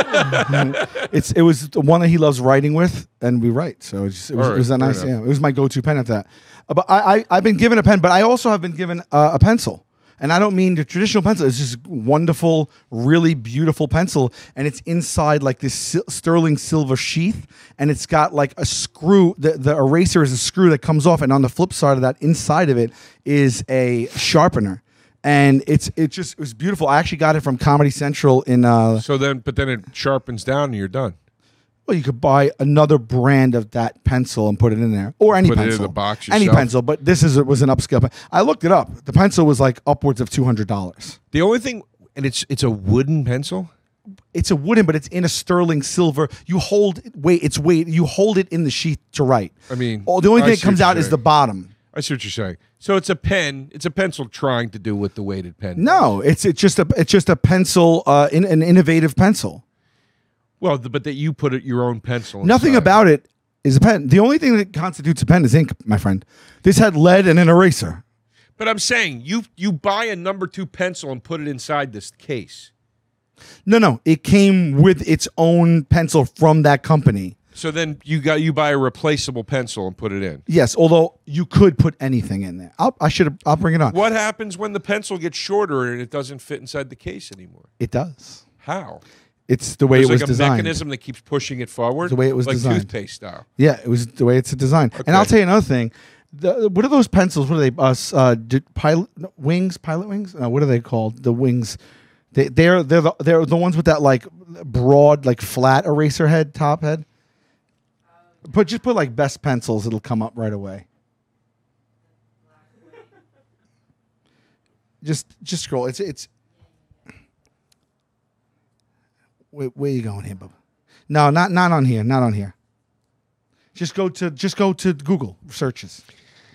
Speaker 1: it's it was the one that he loves writing with, and we write. So it's just, it was,
Speaker 2: All
Speaker 1: it was a
Speaker 2: right,
Speaker 1: nice.
Speaker 2: fair
Speaker 1: Yeah, it was my go-to pen at that. Uh, But I, I I've been given a pen, but I also have been given uh, a pencil. And I don't mean the traditional pencil. It's just wonderful, really beautiful pencil, and it's inside like this sil- sterling silver sheath, and it's got like a screw. The, the eraser is a screw that comes off, and on the flip side of that, inside of it is a sharpener, and it's it just it was beautiful. I actually got it from Comedy Central in uh,
Speaker 2: So then, but then it sharpens down and you're done.
Speaker 1: well, you could buy another brand of that pencil and put it in there, or any
Speaker 2: Put it in
Speaker 1: pencil,
Speaker 2: the box
Speaker 1: any
Speaker 2: yourself?
Speaker 1: pencil. But this is it was an upscale. Pen. I looked it up. The pencil was like upwards of two hundred dollars.
Speaker 2: The only thing, and it's it's a wooden pencil.
Speaker 1: It's a wooden, but it's in a sterling silver. You hold weight. It's weight. You hold it in the sheath to write.
Speaker 2: I mean,
Speaker 1: oh, the only
Speaker 2: I
Speaker 1: thing that
Speaker 2: see
Speaker 1: comes
Speaker 2: what
Speaker 1: out
Speaker 2: you're
Speaker 1: is
Speaker 2: saying.
Speaker 1: the bottom.
Speaker 2: I see what you're saying. So it's a pen. It's a pencil trying to do what the weighted pen. does.
Speaker 1: No, it's it's just a it's just a pencil, uh, in, an innovative pencil.
Speaker 2: Well, th- but that you put it, your own pencil.
Speaker 1: Nothing
Speaker 2: inside.
Speaker 1: about it is a pen. The only thing that constitutes a pen is ink, my friend. This had lead and an eraser.
Speaker 2: But I'm saying you you buy a number two pencil and put it inside this case.
Speaker 1: No, no, it came with its own pencil from that company.
Speaker 2: So then you got you buy a replaceable pencil and put it in.
Speaker 1: Yes, although you could put anything in there. I'll, I should. I'll bring it on.
Speaker 2: What happens when the pencil gets shorter and it doesn't fit inside the case anymore?
Speaker 1: It does.
Speaker 2: How?
Speaker 1: It's the way
Speaker 2: There's
Speaker 1: it was
Speaker 2: like a
Speaker 1: designed.
Speaker 2: mechanism that keeps pushing it forward.
Speaker 1: The way it was
Speaker 2: like
Speaker 1: designed.
Speaker 2: toothpaste style.
Speaker 1: Yeah, it was the way it's designed. And I'll
Speaker 2: Okay.
Speaker 1: tell you another thing. The, what are those pencils? What are they? Us uh, d- pilot no, wings? Pilot wings? No, what are they called? The wings. They, they're they're the, they're the ones with that like broad like flat eraser head top head. But just put like best pencils. It'll come up right away. Just just scroll. It's it's. Where, where you going here, Bubba? No, not not on here. Not on here. Just go to just go to Google searches.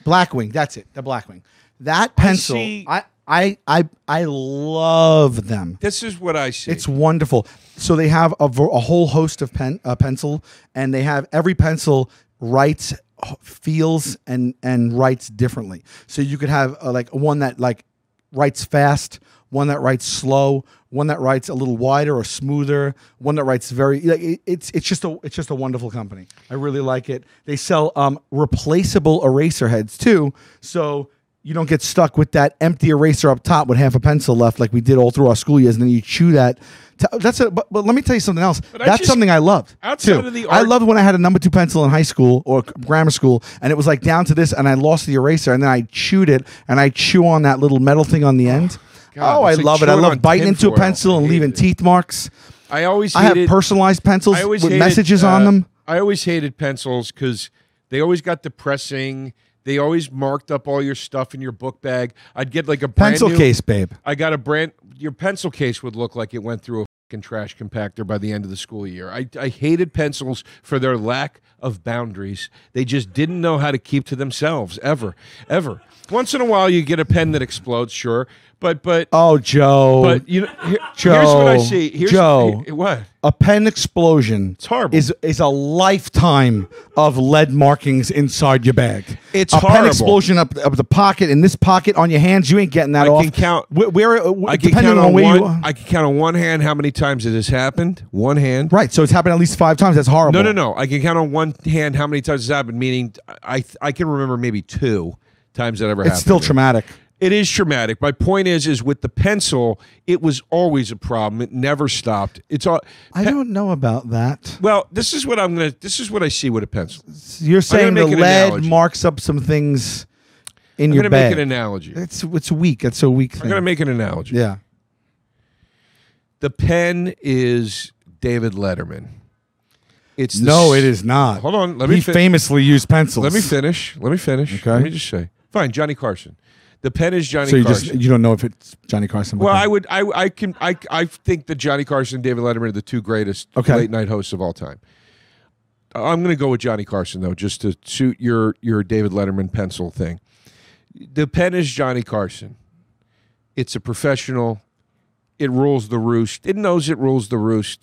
Speaker 1: Blackwing, that's it. The Blackwing. That pencil,
Speaker 2: see-
Speaker 1: I I I I love them.
Speaker 2: This is what I see.
Speaker 1: It's wonderful. So they have a, ver- a whole host of pen uh, pencil, and they have every pencil writes, h- feels, and and writes differently. So you could have uh, like one that like writes fast, one that writes slow, one that writes a little wider or smoother, one that writes very. Like, it, it's it's just a it's just a wonderful company. I really like it. They sell um, replaceable eraser heads too. So you don't get stuck with that empty eraser up top with half a pencil left like we did all through our school years and then you chew that t- that's a but, but let me tell you something else
Speaker 2: I
Speaker 1: that's
Speaker 2: just-
Speaker 1: something i loved
Speaker 2: Outside
Speaker 1: too.
Speaker 2: of the
Speaker 1: i
Speaker 2: art-
Speaker 1: loved when i had a number two pencil in high school or c- grammar school and it was like down to this and i lost the eraser and then i chewed it and i chew on that little metal thing on the end
Speaker 2: God,
Speaker 1: oh i
Speaker 2: it's like
Speaker 1: love it i
Speaker 2: chewing
Speaker 1: love
Speaker 2: on
Speaker 1: biting into a
Speaker 2: tinfoil.
Speaker 1: pencil
Speaker 2: I
Speaker 1: and
Speaker 2: hate
Speaker 1: leaving
Speaker 2: it.
Speaker 1: teeth marks
Speaker 2: I always
Speaker 1: i have
Speaker 2: hated-
Speaker 1: personalized pencils
Speaker 2: I always
Speaker 1: with
Speaker 2: hated,
Speaker 1: messages on
Speaker 2: uh,
Speaker 1: them
Speaker 2: I always hated pencils because they always got depressing. They always marked up all your stuff in your book bag. I'd get like a brand
Speaker 1: pencil
Speaker 2: new-
Speaker 1: case babe
Speaker 2: I got a brand. Your pencil case would look like it went through a fucking trash compactor by the end of the school year. I, I hated pencils for their lack of boundaries. They just didn't know how to keep to themselves ever, ever. Once in a while, you get a pen that explodes, sure, but but
Speaker 1: oh joe
Speaker 2: but you know. here- here's what I
Speaker 1: Joe,
Speaker 2: see. Here's
Speaker 1: Joe.
Speaker 2: he- what.
Speaker 1: a pen explosion it's
Speaker 2: horrible.
Speaker 1: is is a lifetime of lead markings inside your bag
Speaker 2: It's
Speaker 1: a pen
Speaker 2: horrible.
Speaker 1: explosion up, up the pocket in this pocket on your hands you ain't getting that
Speaker 2: I
Speaker 1: off
Speaker 2: can count-
Speaker 1: where, where uh,
Speaker 2: I can
Speaker 1: depending
Speaker 2: count
Speaker 1: on,
Speaker 2: on
Speaker 1: where you
Speaker 2: one.
Speaker 1: are.
Speaker 2: I can count on one hand how many times it has happened. One hand.
Speaker 1: right so it's happened at least five times that's horrible
Speaker 2: No, no, no. I can count on one hand how many times it's happened. Meaning, I I can remember maybe two times that ever happened.
Speaker 1: it's still
Speaker 2: to me.
Speaker 1: traumatic
Speaker 2: It is traumatic. My point is, is with the pencil, it was always a problem. It never stopped. It's all.
Speaker 1: i don't know about that
Speaker 2: Well, this is what I'm gonna. This is what I see with a pencil.
Speaker 1: you're saying the
Speaker 2: make an
Speaker 1: lead
Speaker 2: analogy.
Speaker 1: marks up some things in
Speaker 2: I'm
Speaker 1: your
Speaker 2: gonna
Speaker 1: bag
Speaker 2: make an analogy. I'm
Speaker 1: it's it's weak it's a weak thing
Speaker 2: gonna make an analogy.
Speaker 1: yeah
Speaker 2: The pen is David Letterman. It's the
Speaker 1: no
Speaker 2: s-
Speaker 1: it is not
Speaker 2: Hold on, let
Speaker 1: he
Speaker 2: me fin-
Speaker 1: famously used pencils
Speaker 2: Let me finish. Let me finish.
Speaker 1: Okay.
Speaker 2: Let me just say. Fine, Johnny Carson. The pen is Johnny
Speaker 1: so you
Speaker 2: Carson.
Speaker 1: just you don't know if it's johnny carson
Speaker 2: well,
Speaker 1: Okay.
Speaker 2: I would, I, I can, I, I think that Johnny Carson and David Letterman are the two greatest
Speaker 1: Okay.
Speaker 2: late night hosts of all time. Uh, I'm going to go with Johnny Carson though, just to suit your your David Letterman pencil thing. The pen is Johnny Carson. It's a professional. It rules the roost. It knows it rules the roost.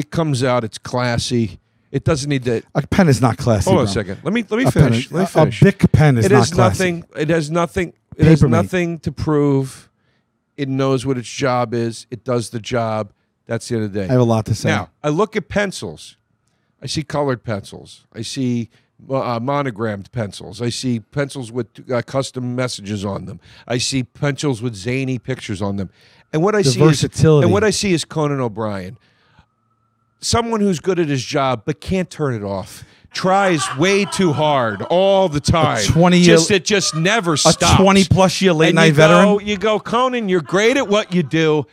Speaker 2: It comes out. It's classy. It doesn't need to.
Speaker 1: A pen is not classy.
Speaker 2: Hold on a
Speaker 1: bro.
Speaker 2: second. Let me let me
Speaker 1: A pen
Speaker 2: finish.
Speaker 1: is-
Speaker 2: Let me
Speaker 1: a- a
Speaker 2: finish.
Speaker 1: Bic pen is
Speaker 2: It
Speaker 1: not
Speaker 2: has
Speaker 1: classy.
Speaker 2: nothing. It has nothing. It has
Speaker 1: Paper mate.
Speaker 2: nothing to prove. It knows what its job is. It does the job. That's the end of the day.
Speaker 1: I have a lot to say.
Speaker 2: Now, I look at pencils. I see colored pencils. I see uh, monogrammed pencils. I see pencils with uh, custom messages on them. I see pencils with zany pictures on them. And what I
Speaker 1: The
Speaker 2: see is
Speaker 1: versatility.
Speaker 2: and what I see is Conan O'Brien, someone who's good at his job but can't turn it off. Tries way too hard all the time.
Speaker 1: 20 year-
Speaker 2: just it just never
Speaker 1: a
Speaker 2: stops.
Speaker 1: 20 plus year late
Speaker 2: And
Speaker 1: night
Speaker 2: you
Speaker 1: veteran.
Speaker 2: Go, you go, Conan. You're great at what you do.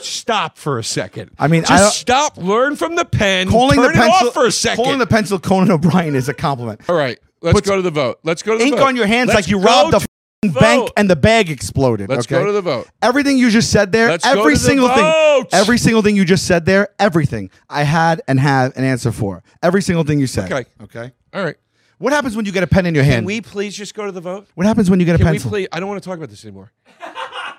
Speaker 2: Stop for a second.
Speaker 1: I mean,
Speaker 2: just
Speaker 1: I don't-
Speaker 2: stop. Learn from the pen.
Speaker 1: calling
Speaker 2: turn
Speaker 1: the pencil
Speaker 2: it off for a second.
Speaker 1: Calling the pencil Conan O'Brien is a compliment.
Speaker 2: All right, let's
Speaker 1: puts
Speaker 2: go to the vote. Let's go to the
Speaker 1: Ink
Speaker 2: vote.
Speaker 1: on your hands
Speaker 2: Let's
Speaker 1: like you
Speaker 2: go
Speaker 1: robbed a
Speaker 2: to
Speaker 1: f***ing
Speaker 2: vote.
Speaker 1: bank and the bag exploded.
Speaker 2: Let's
Speaker 1: okay?
Speaker 2: go to the vote.
Speaker 1: Everything you just said there,
Speaker 2: Let's go
Speaker 1: every
Speaker 2: to the
Speaker 1: single
Speaker 2: vote.
Speaker 1: thing, every single thing you just said there, everything I had and have an answer for. Every single thing you said.
Speaker 2: Okay.
Speaker 1: Okay.
Speaker 2: All right.
Speaker 1: What happens when you get a pen in your hand?
Speaker 2: Can we please just go to the vote?
Speaker 1: what happens when you get a
Speaker 2: Can
Speaker 1: pencil?
Speaker 2: we please? I don't want to talk about this anymore.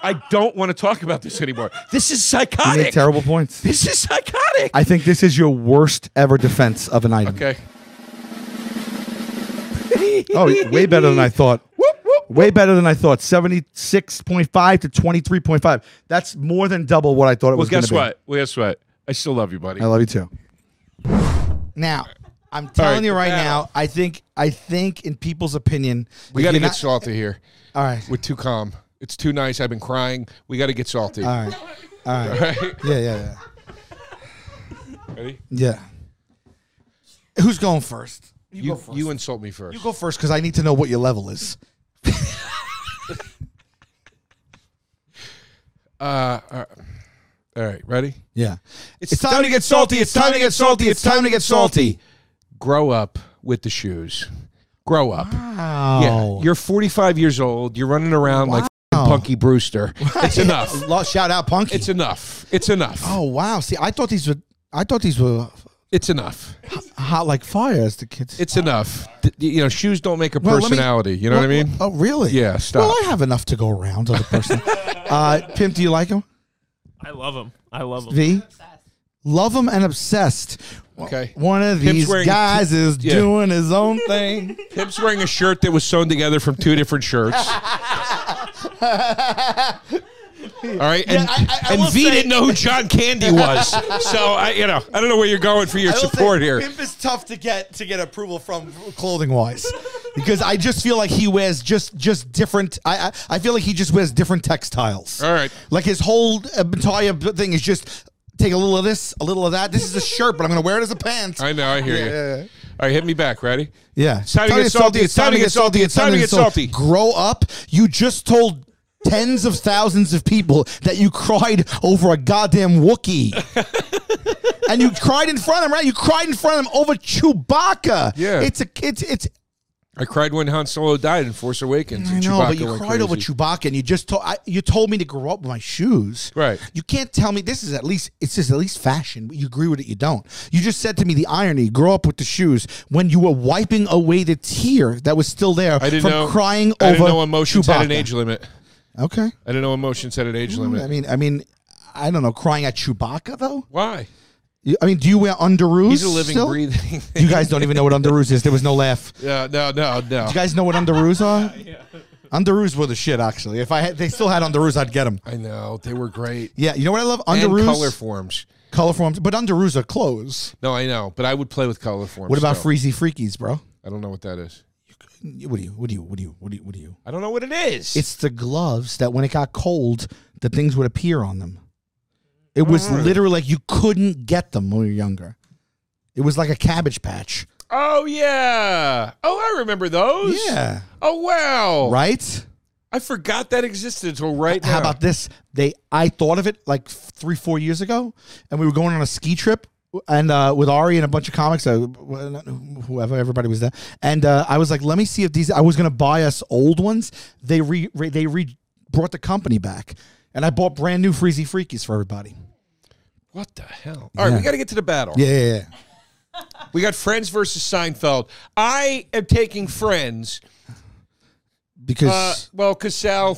Speaker 2: I don't want to talk about this anymore. This is
Speaker 1: You made
Speaker 2: psychotic.
Speaker 1: terrible points.
Speaker 2: This is psychotic.
Speaker 1: I think this is your worst ever defense of an item.
Speaker 2: okay.
Speaker 1: Oh, way better than I thought.
Speaker 2: Whoop, whoop.
Speaker 1: Way better than I thought. 76.5 to 23.5. That's more than double what I thought it
Speaker 2: Well,
Speaker 1: was going to
Speaker 2: guess
Speaker 1: be.
Speaker 2: what? Well, guess what? I still love you, buddy.
Speaker 1: I love you too. Now, I'm telling
Speaker 2: right,
Speaker 1: you
Speaker 2: the
Speaker 1: right
Speaker 2: battle.
Speaker 1: now, I think I think in people's opinion,
Speaker 2: we
Speaker 1: if
Speaker 2: got to
Speaker 1: you're
Speaker 2: get
Speaker 1: not-
Speaker 2: salty here.
Speaker 1: All right.
Speaker 2: We're too calm. It's too nice. I've been crying. We got to get salty.
Speaker 1: All right. All right. Yeah, yeah,
Speaker 2: Ready?
Speaker 1: yeah. Yeah. Who's going first? You,
Speaker 2: You,
Speaker 1: go first.
Speaker 2: you insult me first.
Speaker 1: You go first cuz I need to know what your level is.
Speaker 2: Uh, uh, all right, ready?
Speaker 1: Yeah. It's,
Speaker 2: Grow up with the shoes. Grow up.
Speaker 1: Wow.
Speaker 2: Yeah, you're 45 years old. You're running around like
Speaker 1: Wow.
Speaker 2: f***ing Punky Brewster. It's enough.
Speaker 1: Lo- Shout out Punky.
Speaker 2: It's enough. It's enough.
Speaker 1: oh wow. See, I thought these were I thought these were
Speaker 2: It's enough.
Speaker 1: hot like fire as the kids.
Speaker 2: It's enough. Th- You know, shoes don't make a
Speaker 1: Well, let me-
Speaker 2: personality. you know what I mean?
Speaker 1: Oh, really?
Speaker 2: Yeah, stop.
Speaker 1: Well, I have enough to go around as a person. uh, Pimp, do you like him?
Speaker 8: I love him. I love him.
Speaker 1: V? Love him and obsessed.
Speaker 2: Okay.
Speaker 1: One of
Speaker 2: Pimp's
Speaker 1: these
Speaker 2: wearing-
Speaker 1: guys is
Speaker 2: Yeah.
Speaker 1: doing his own thing.
Speaker 2: Pip's wearing a shirt that was sewn together from two different shirts. All right, and,
Speaker 1: I- I- I will
Speaker 2: and V
Speaker 1: say-
Speaker 2: didn't know who John Candy was, so I, you know, I don't know where you're going for your
Speaker 1: I will
Speaker 2: support
Speaker 1: say,
Speaker 2: here.
Speaker 1: Pimp is tough to get to get approval from clothing wise. Because I just feel like he wears just just different. I, I I feel like he just wears different textiles.
Speaker 2: All right.
Speaker 1: like his whole uh, entire b- thing is just take a little of this, a little of that. This is a shirt, but I'm gonna wear it as a pants.
Speaker 2: I know, I hear you. All right, hit me back. Ready?
Speaker 1: Yeah.
Speaker 2: It's time to get salty. It's time to get salty. It's time to get salty.
Speaker 1: Grow up. You just told tens of thousands of people that you cried over a goddamn Wookiee. and you cried in front of them, right? You cried in front of them over Chewbacca.
Speaker 2: Yeah.
Speaker 1: It's a it's it's
Speaker 2: I cried when Han Solo died in Force Awakens. and
Speaker 1: no, but
Speaker 2: Chewbacca
Speaker 1: you
Speaker 2: went
Speaker 1: cried
Speaker 2: crazy.
Speaker 1: over Chewbacca, and you just told I, you told me to grow up with my shoes.
Speaker 2: Right.
Speaker 1: You can't tell me this is at least it's just at least fashion. You agree with it? You don't. You just said to me the irony: grow up with the shoes when you were wiping away the tear that was still there
Speaker 2: I didn't
Speaker 1: from
Speaker 2: know
Speaker 1: crying
Speaker 2: I
Speaker 1: over
Speaker 2: didn't know emotions had an
Speaker 1: Chewbacca.
Speaker 2: age limit.
Speaker 1: Okay.
Speaker 2: I didn't know emotions had an age limit.
Speaker 1: I mean, I mean, I don't know. Crying at Chewbacca though.
Speaker 2: Why?
Speaker 1: You- I mean, do you wear underoos?
Speaker 2: He's a living,
Speaker 1: still?
Speaker 2: breathing.
Speaker 1: You guys don't even know what underoos is. There was no laugh.
Speaker 2: Yeah, no, no, no.
Speaker 1: You guys know what underoos are? Underoos were the shit. Actually, if I had, they still had underoos, I'd get them.
Speaker 2: I know they were great.
Speaker 1: Yeah, you know what I love?
Speaker 2: And
Speaker 1: Underoos,
Speaker 2: color forms.
Speaker 1: color forms, but underoos are clothes.
Speaker 2: No, I know, but I would play with color forms.
Speaker 1: What about
Speaker 2: still.
Speaker 1: freezy freakies, bro?
Speaker 2: I don't know what that is.
Speaker 1: What do you? What do you? What do you? What do you? What do you?
Speaker 2: I don't know what it is.
Speaker 1: It's the gloves that when it got cold, the things would appear on them. It was
Speaker 2: Mm.
Speaker 1: literally like you couldn't get them when you were younger. It was like a cabbage patch.
Speaker 2: oh yeah. Oh, I remember those.
Speaker 1: Yeah.
Speaker 2: Oh wow.
Speaker 1: Right?
Speaker 2: I forgot that existed until right now.
Speaker 1: How about this? They I thought of it like three, four years ago, and we were going on a ski trip, and uh, with Ari and a bunch of comics, uh, whoever, everybody was there, and uh, I was like, let me see if these. I was gonna buy us old ones. They re, re they re brought the company back, and I bought brand new Freezy Freakies for everybody.
Speaker 2: What the hell? All right, we got to get to the battle.
Speaker 1: Yeah, yeah, yeah.
Speaker 2: We got Friends versus Seinfeld. I am taking Friends.
Speaker 1: because
Speaker 2: Uh, well, Casal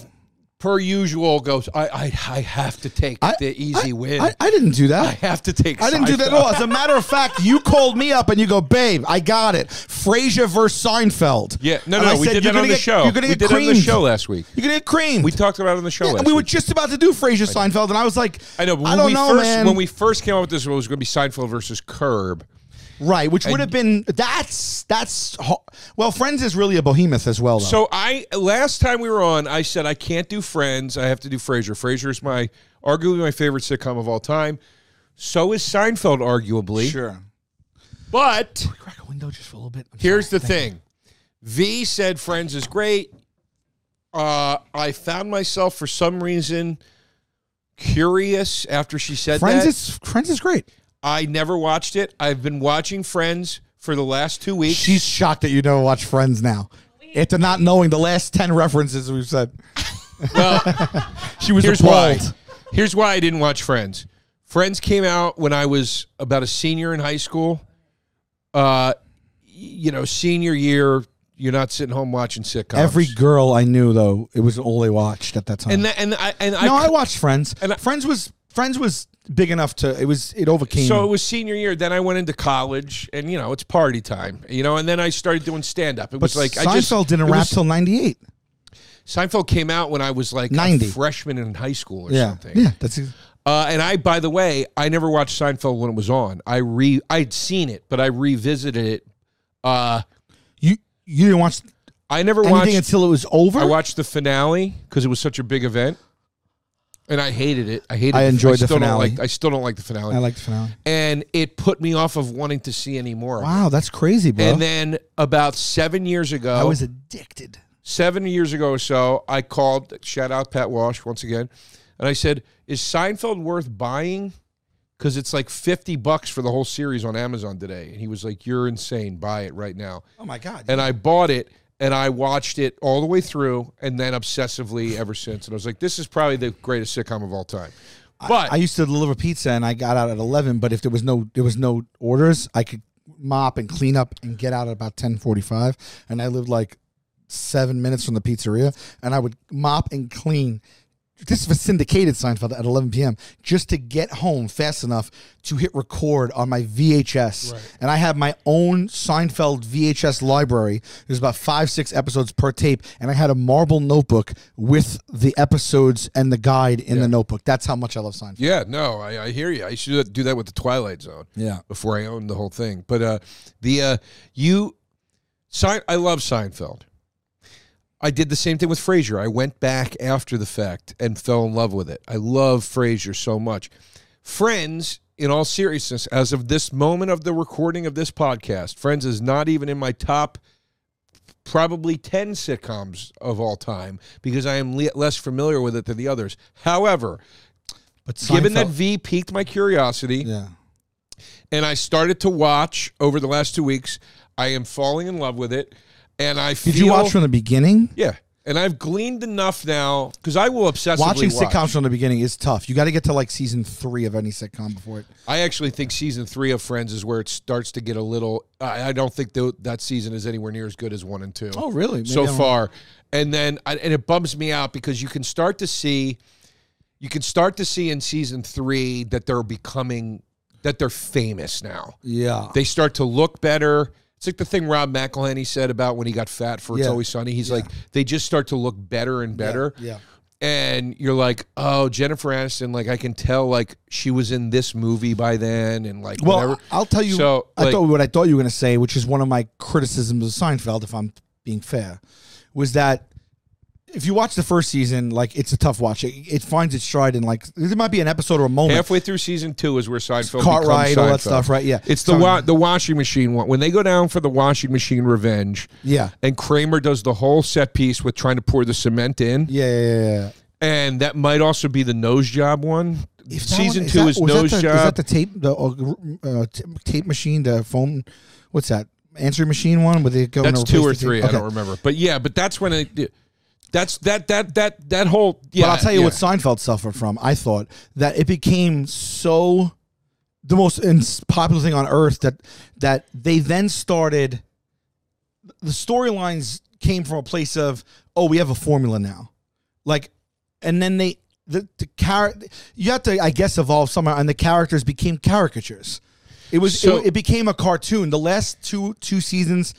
Speaker 5: per usual, goes, I, I, I have to take the
Speaker 1: I,
Speaker 5: easy win.
Speaker 1: I, I didn't do that.
Speaker 5: I have to take.
Speaker 1: I didn't do that at
Speaker 5: Seinfeld.
Speaker 1: all. As a matter of fact, you called me up and you go, "Babe, I got it. Frasier versus Seinfeld."
Speaker 2: Yeah, no,
Speaker 1: And
Speaker 2: no,
Speaker 1: I
Speaker 2: we
Speaker 1: said,
Speaker 2: did
Speaker 1: "You're
Speaker 2: that on
Speaker 1: gonna
Speaker 2: the
Speaker 1: get-
Speaker 2: show.
Speaker 1: You're gonna
Speaker 2: We
Speaker 1: get
Speaker 2: did it on the
Speaker 1: creamed.
Speaker 2: show last week.
Speaker 1: You're gonna get creamed.
Speaker 2: We talked about it on the show
Speaker 1: Yeah,
Speaker 2: last
Speaker 1: we were
Speaker 2: week.
Speaker 1: just about to do Frasier Seinfeld, and I was like,
Speaker 2: I know. But when
Speaker 1: I don't
Speaker 2: we
Speaker 1: know,
Speaker 2: first,
Speaker 1: man.
Speaker 2: When we first came up with this, it was going to be Seinfeld versus Curb.
Speaker 1: right, which would have been that's that's ho- well, Friends is really a behemoth as well. Though.
Speaker 2: So I last time we were on, I said I can't do Friends. I have to do Frasier. Frasier is my arguably my favorite sitcom of all time. So is Seinfeld, arguably.
Speaker 5: Sure. But
Speaker 1: crack a window just for a little bit. I'm
Speaker 5: here's
Speaker 1: sorry.
Speaker 5: the thing. V said Friends is great. Uh, I found myself for some reason curious after she said
Speaker 1: Friends
Speaker 5: that.
Speaker 1: is Friends is great.
Speaker 5: I never watched it. I've been watching Friends for the last two weeks.
Speaker 1: She's shocked that you never watch Friends now. After not knowing the last ten references we've said, she was
Speaker 5: Here's
Speaker 1: appalled.
Speaker 5: why. Here's why I didn't watch Friends. Friends came out when I was about a senior in high school. Uh, y- you know, senior year, you're not sitting home watching sitcoms.
Speaker 1: Every girl I knew, though, it was all they watched at that time.
Speaker 5: and that, and I and
Speaker 1: no,
Speaker 5: I,
Speaker 1: I, watched Friends.
Speaker 5: and I-
Speaker 1: Friends was Friends was big enough to it was it overcame.
Speaker 5: so it was senior year. Then I went into college, and you know, it's party time. You know, and then I started doing stand up. It
Speaker 1: but
Speaker 5: was like
Speaker 1: Seinfeld
Speaker 5: I just
Speaker 1: didn't
Speaker 5: it
Speaker 1: rap
Speaker 5: was-
Speaker 1: till '98.
Speaker 5: Seinfeld came out when I was like
Speaker 1: 90.
Speaker 5: a freshman in high school or
Speaker 1: Yeah,
Speaker 5: something.
Speaker 1: yeah, that's it.
Speaker 5: Uh, and I, by the way, I never watched Seinfeld when it was on. I re I'd seen it, but I revisited it. Uh,
Speaker 1: you you didn't watch
Speaker 5: I never
Speaker 1: anything
Speaker 5: watched.
Speaker 1: until it was over.
Speaker 5: I watched the finale because it was such a big event, and I hated it. I hated.
Speaker 1: I
Speaker 5: it.
Speaker 1: enjoyed the
Speaker 5: still don't
Speaker 1: finale.
Speaker 5: Like, I still don't like the finale,
Speaker 1: I liked the finale.
Speaker 5: and it put me off of wanting to see any more. of it.
Speaker 1: Wow, that's crazy, bro.
Speaker 5: And then oh. about seven years ago,
Speaker 1: I was addicted.
Speaker 5: seven years ago or so, I called, shout out Pat Walsh once again, and I said, Is Seinfeld worth buying? Because it's like 50 bucks for the whole series on Amazon today. And he was like, You're insane. Buy it right now.
Speaker 1: Oh my god.
Speaker 5: And I bought it and I watched it all the way through and then obsessively ever since. And I was like, This is probably the greatest sitcom of all time. But
Speaker 1: I used to deliver pizza and I got out at eleven, but if there was no there was no orders, I could mop and clean up and get out at about ten forty five. And I lived like seven minutes from the pizzeria and I would mop and clean this was syndicated Seinfeld at 11 p.m. just to get home fast enough to hit record on my VHS. And I had my own Seinfeld VHS library. There's about five, six episodes per tape. And I had a marble notebook with the episodes and the guide in the notebook. That's how much I love Seinfeld.
Speaker 5: Yeah, no, I, I hear you. I should do that with the Twilight Zone.
Speaker 1: Yeah.
Speaker 5: before I owned the whole thing. But uh, the uh, you, Sein, I love Seinfeld. I did the same thing with Frasier. I went back after the fact and fell in love with it. I love Frasier so much. Friends, in all seriousness, as of this moment of the recording of this podcast, Friends is not even in my top probably 10 sitcoms of all time because I am le- less familiar with it than the others. However,
Speaker 1: But
Speaker 5: given that
Speaker 1: Seinfeld-
Speaker 5: V piqued my curiosity
Speaker 1: yeah.
Speaker 5: and I started to watch over the last two weeks, I am falling in love with it. And I feel
Speaker 1: Did you watch from the beginning?
Speaker 5: Yeah. And I've gleaned enough now because I will obsessively
Speaker 1: Watching
Speaker 5: watch.
Speaker 1: sitcoms from the beginning is tough. You got to get to like season three of any sitcom before it.
Speaker 5: I actually think season three of Friends is where it starts to get a little. I, I don't think tho- that season is anywhere near as good as one and two.
Speaker 1: Oh, really?
Speaker 5: so far. And then I, and it bums me out because you can start to see, you can start to see in season three that they're becoming that they're famous now.
Speaker 1: Yeah.
Speaker 5: they start to look better. It's like the thing Rob McElhenney said about when he got fat for It's
Speaker 1: Yeah.
Speaker 5: Always Sunny. He's like, they just start to look better and better.
Speaker 1: Yeah.
Speaker 5: And you're like, oh, Jennifer Aniston, like I can tell, like she was in this movie by then, and like
Speaker 1: Well,
Speaker 5: whatever.
Speaker 1: I'll tell you.
Speaker 5: So,
Speaker 1: I
Speaker 5: like-
Speaker 1: thought what I thought you were going to say, which is one of my criticisms of Seinfeld, if I'm being fair, was that if you watch the first season, like it's a tough watch. It, it finds its stride in like there might be an episode or a moment.
Speaker 5: Halfway through season two is where Seinfeld
Speaker 1: Cartwright,
Speaker 5: becomes
Speaker 1: all that
Speaker 5: Seinfeld.
Speaker 1: stuff, right? Yeah.
Speaker 5: It's the
Speaker 1: So-
Speaker 5: wa- the washing machine one. When they go down for the washing machine revenge,
Speaker 1: Yeah.
Speaker 5: and Kramer does the whole set piece with trying to pour the cement in,
Speaker 1: Yeah, yeah, yeah, yeah.
Speaker 5: and that might also be the nose job one.
Speaker 1: If that
Speaker 5: season
Speaker 1: one-
Speaker 5: two
Speaker 1: that-
Speaker 5: is
Speaker 1: was that
Speaker 5: nose
Speaker 1: the-
Speaker 5: job.
Speaker 1: Is that the tape, the uh, t- tape machine, the phone? What's that answering machine one? Where they go? and
Speaker 5: That's
Speaker 1: replace
Speaker 5: two or
Speaker 1: the tape?
Speaker 5: three. I
Speaker 1: Okay.
Speaker 5: don't remember. But yeah, but that's when it. That's that that that that whole. Yeah,
Speaker 1: but I'll tell you
Speaker 5: yeah.
Speaker 1: what Seinfeld suffered from. I thought that it became so the most ins- popular thing on earth that that they then started. The storylines came from a place of oh, we have a formula now. Like and then they the, the char- you have to I guess evolve somewhere, and the characters became caricatures. It was
Speaker 5: So-
Speaker 1: it, it became a cartoon. The last two two seasons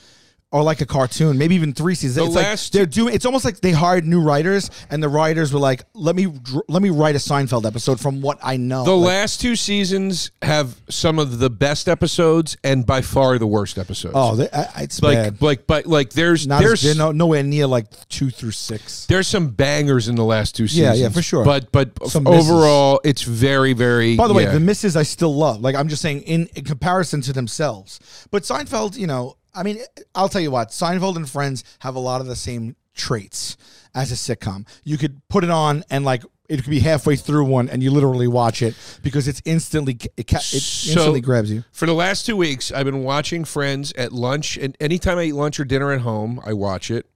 Speaker 1: are like a cartoon, maybe even three seasons.
Speaker 5: The
Speaker 1: it's
Speaker 5: last-
Speaker 1: like they're doing. It's almost like they hired new writers, and the writers were like, "Let me dr- let me write a Seinfeld episode from what I know."
Speaker 5: The
Speaker 1: Like,
Speaker 5: last two seasons have some of the best episodes and by far the worst episodes.
Speaker 1: oh, they, I, I- it's
Speaker 5: like
Speaker 1: bad.
Speaker 5: like but like there's
Speaker 1: Not as,
Speaker 5: there's
Speaker 1: they're no, nowhere near like two through six.
Speaker 5: there's some bangers in the last two
Speaker 1: Yeah, yeah,
Speaker 5: seasons.
Speaker 1: for sure.
Speaker 5: But but
Speaker 1: Some
Speaker 5: overall, it's very very.
Speaker 1: By the way,
Speaker 5: yeah.
Speaker 1: the misses I still love. Like I'm just saying, in, in comparison to themselves. But Seinfeld, you know, I mean, I'll tell you what, Seinfeld and Friends have a lot of the same traits as a sitcom. You could put it on and like it could be halfway through one, and you literally watch it because it's instantly it, ca- it
Speaker 5: So-
Speaker 1: instantly grabs you.
Speaker 5: For the last two weeks, I've been watching Friends at lunch, and anytime I eat lunch or dinner at home, I watch it.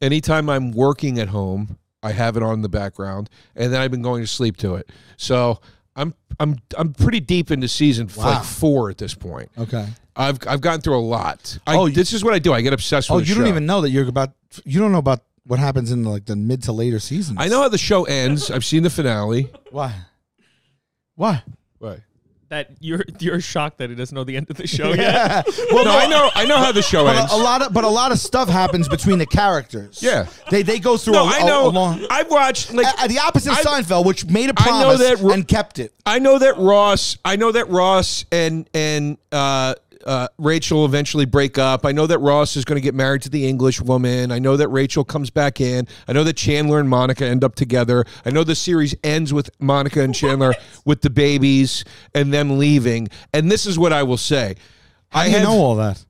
Speaker 5: Anytime I'm working at home, I have it on in the background, and then I've been going to sleep to it. So I'm I'm I'm pretty deep into season
Speaker 1: Wow.
Speaker 5: like four at this point.
Speaker 1: Okay.
Speaker 5: I've I've gotten through a lot. I,
Speaker 1: Oh,
Speaker 5: oh,
Speaker 1: you-
Speaker 5: this is what I do. I get obsessed with.
Speaker 1: Oh,
Speaker 5: the
Speaker 1: you don't
Speaker 5: show.
Speaker 1: even know that you're about. You don't know about what happens in like the mid to later seasons.
Speaker 5: I know how the show ends. I've seen the finale.
Speaker 1: why. Why?
Speaker 5: Right.
Speaker 8: That you're you're shocked that he doesn't know the end of the show yet.
Speaker 1: Yeah.
Speaker 5: Well, no, I know I know how the show
Speaker 1: But
Speaker 5: ends.
Speaker 1: a, a lot of but a lot of stuff happens between the characters.
Speaker 5: Yeah.
Speaker 1: they they go through.
Speaker 5: no,
Speaker 1: a,
Speaker 5: I
Speaker 1: a-
Speaker 5: know.
Speaker 1: A long,
Speaker 5: I've watched like
Speaker 1: a- the opposite of
Speaker 5: I-
Speaker 1: Seinfeld, which made a
Speaker 5: I know
Speaker 1: promise
Speaker 5: that Ro-
Speaker 1: and kept it.
Speaker 5: I know that Ross. I know that Ross and and uh, uh, Rachel eventually break up. I know that Ross is going to get married to the English woman. I know that Rachel comes back in. I know that Chandler and Monica end up together. I know the series ends with Monica and Chandler with the babies and them leaving. And this is what I will say. I
Speaker 1: I
Speaker 5: have,
Speaker 1: know all that.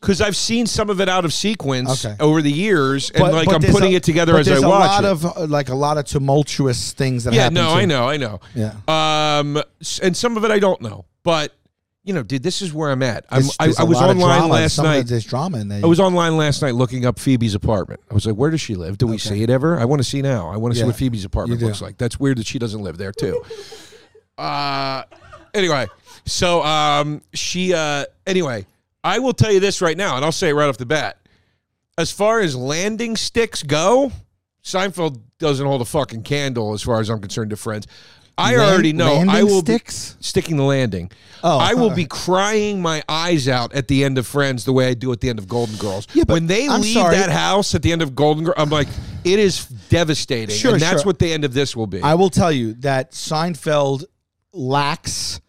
Speaker 5: because I've seen some of it out of sequence
Speaker 1: Okay.
Speaker 5: over the years, and like I'm
Speaker 1: there's
Speaker 5: putting
Speaker 1: a-
Speaker 5: it together
Speaker 1: but
Speaker 5: as I
Speaker 1: there's
Speaker 5: watch
Speaker 1: a lot
Speaker 5: it.
Speaker 1: of uh, like a lot of tumultuous things that
Speaker 5: yeah,
Speaker 1: happen.
Speaker 5: no,
Speaker 1: to-
Speaker 5: I know, I know.
Speaker 1: Yeah.
Speaker 5: Um, s- and some of it I don't know, but you know, dude, this is where I'm at. I'm,
Speaker 1: There's-
Speaker 5: I,
Speaker 1: there's a
Speaker 5: I was
Speaker 1: lot of
Speaker 5: online
Speaker 1: drama.
Speaker 5: last
Speaker 1: Some of
Speaker 5: night.
Speaker 1: There's drama in there.
Speaker 5: I was online last night looking up Phoebe's apartment. I was like, where does she live? Do we see it ever? I want to see now. I want to
Speaker 1: Yeah,
Speaker 5: see what Phoebe's apartment
Speaker 1: you do.
Speaker 5: looks like. That's weird that she doesn't live there too. uh anyway, so um she uh anyway, I will tell you this right now and I'll say it right off the bat. As far as landing sticks go, Seinfeld doesn't hold a fucking candle as far as I'm concerned to friends. I
Speaker 1: Land-
Speaker 5: already know I
Speaker 1: landing
Speaker 5: will be-
Speaker 1: sticks.
Speaker 5: sticking the landing.
Speaker 1: Oh.
Speaker 5: I will be crying my eyes out at the end of Friends the way I do at the end of Golden Girls.
Speaker 1: Yeah, but
Speaker 5: when they
Speaker 1: I'm
Speaker 5: leave
Speaker 1: sorry.
Speaker 5: that house at the end of Golden Girls, I'm like, it is devastating.
Speaker 1: Sure,
Speaker 5: and that's
Speaker 1: sure.
Speaker 5: what the end of this will be.
Speaker 1: I will tell you that Seinfeld lacks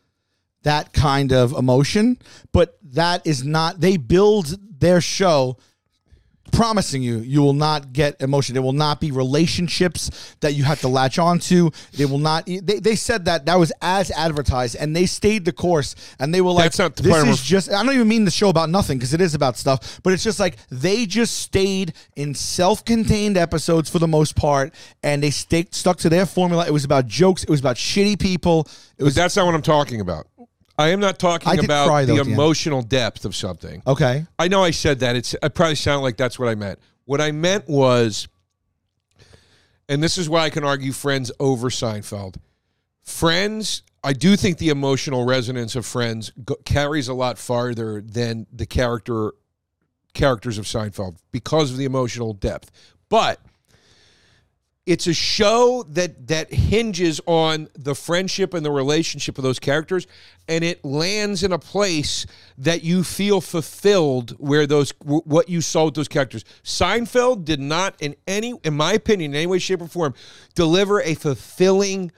Speaker 1: that kind of emotion, but that is not. They build their show promising you you will not get emotion there will not be relationships that you have to latch on to they will not they, they said that that was as advertised and they stayed the course and they were like
Speaker 5: That's not the
Speaker 1: this
Speaker 5: part I'm
Speaker 1: is just i don't even mean the show about nothing because it is about stuff but it's just like they just stayed in self-contained episodes for the most part and they stayed, stuck to their formula it was about jokes it was about shitty people it
Speaker 5: but
Speaker 1: was
Speaker 5: that's not what I'm talking about. I am not
Speaker 1: I
Speaker 5: talking
Speaker 1: did
Speaker 5: about
Speaker 1: cry, though,
Speaker 5: the
Speaker 1: at the end.
Speaker 5: emotional depth of something.
Speaker 1: okay
Speaker 5: I know I said that. It's I probably sound like that's what I meant. What I meant was, and this is why I can argue Friends over Seinfeld. Friends, I do think the emotional resonance of Friends go, carries a lot farther than the character characters of Seinfeld because of the emotional depth. But it's a show that that hinges on the friendship and the relationship of those characters and it lands in a place that you feel fulfilled where those wh- what you saw with those characters seinfeld did not in any in my opinion in any way shape or form deliver a fulfilling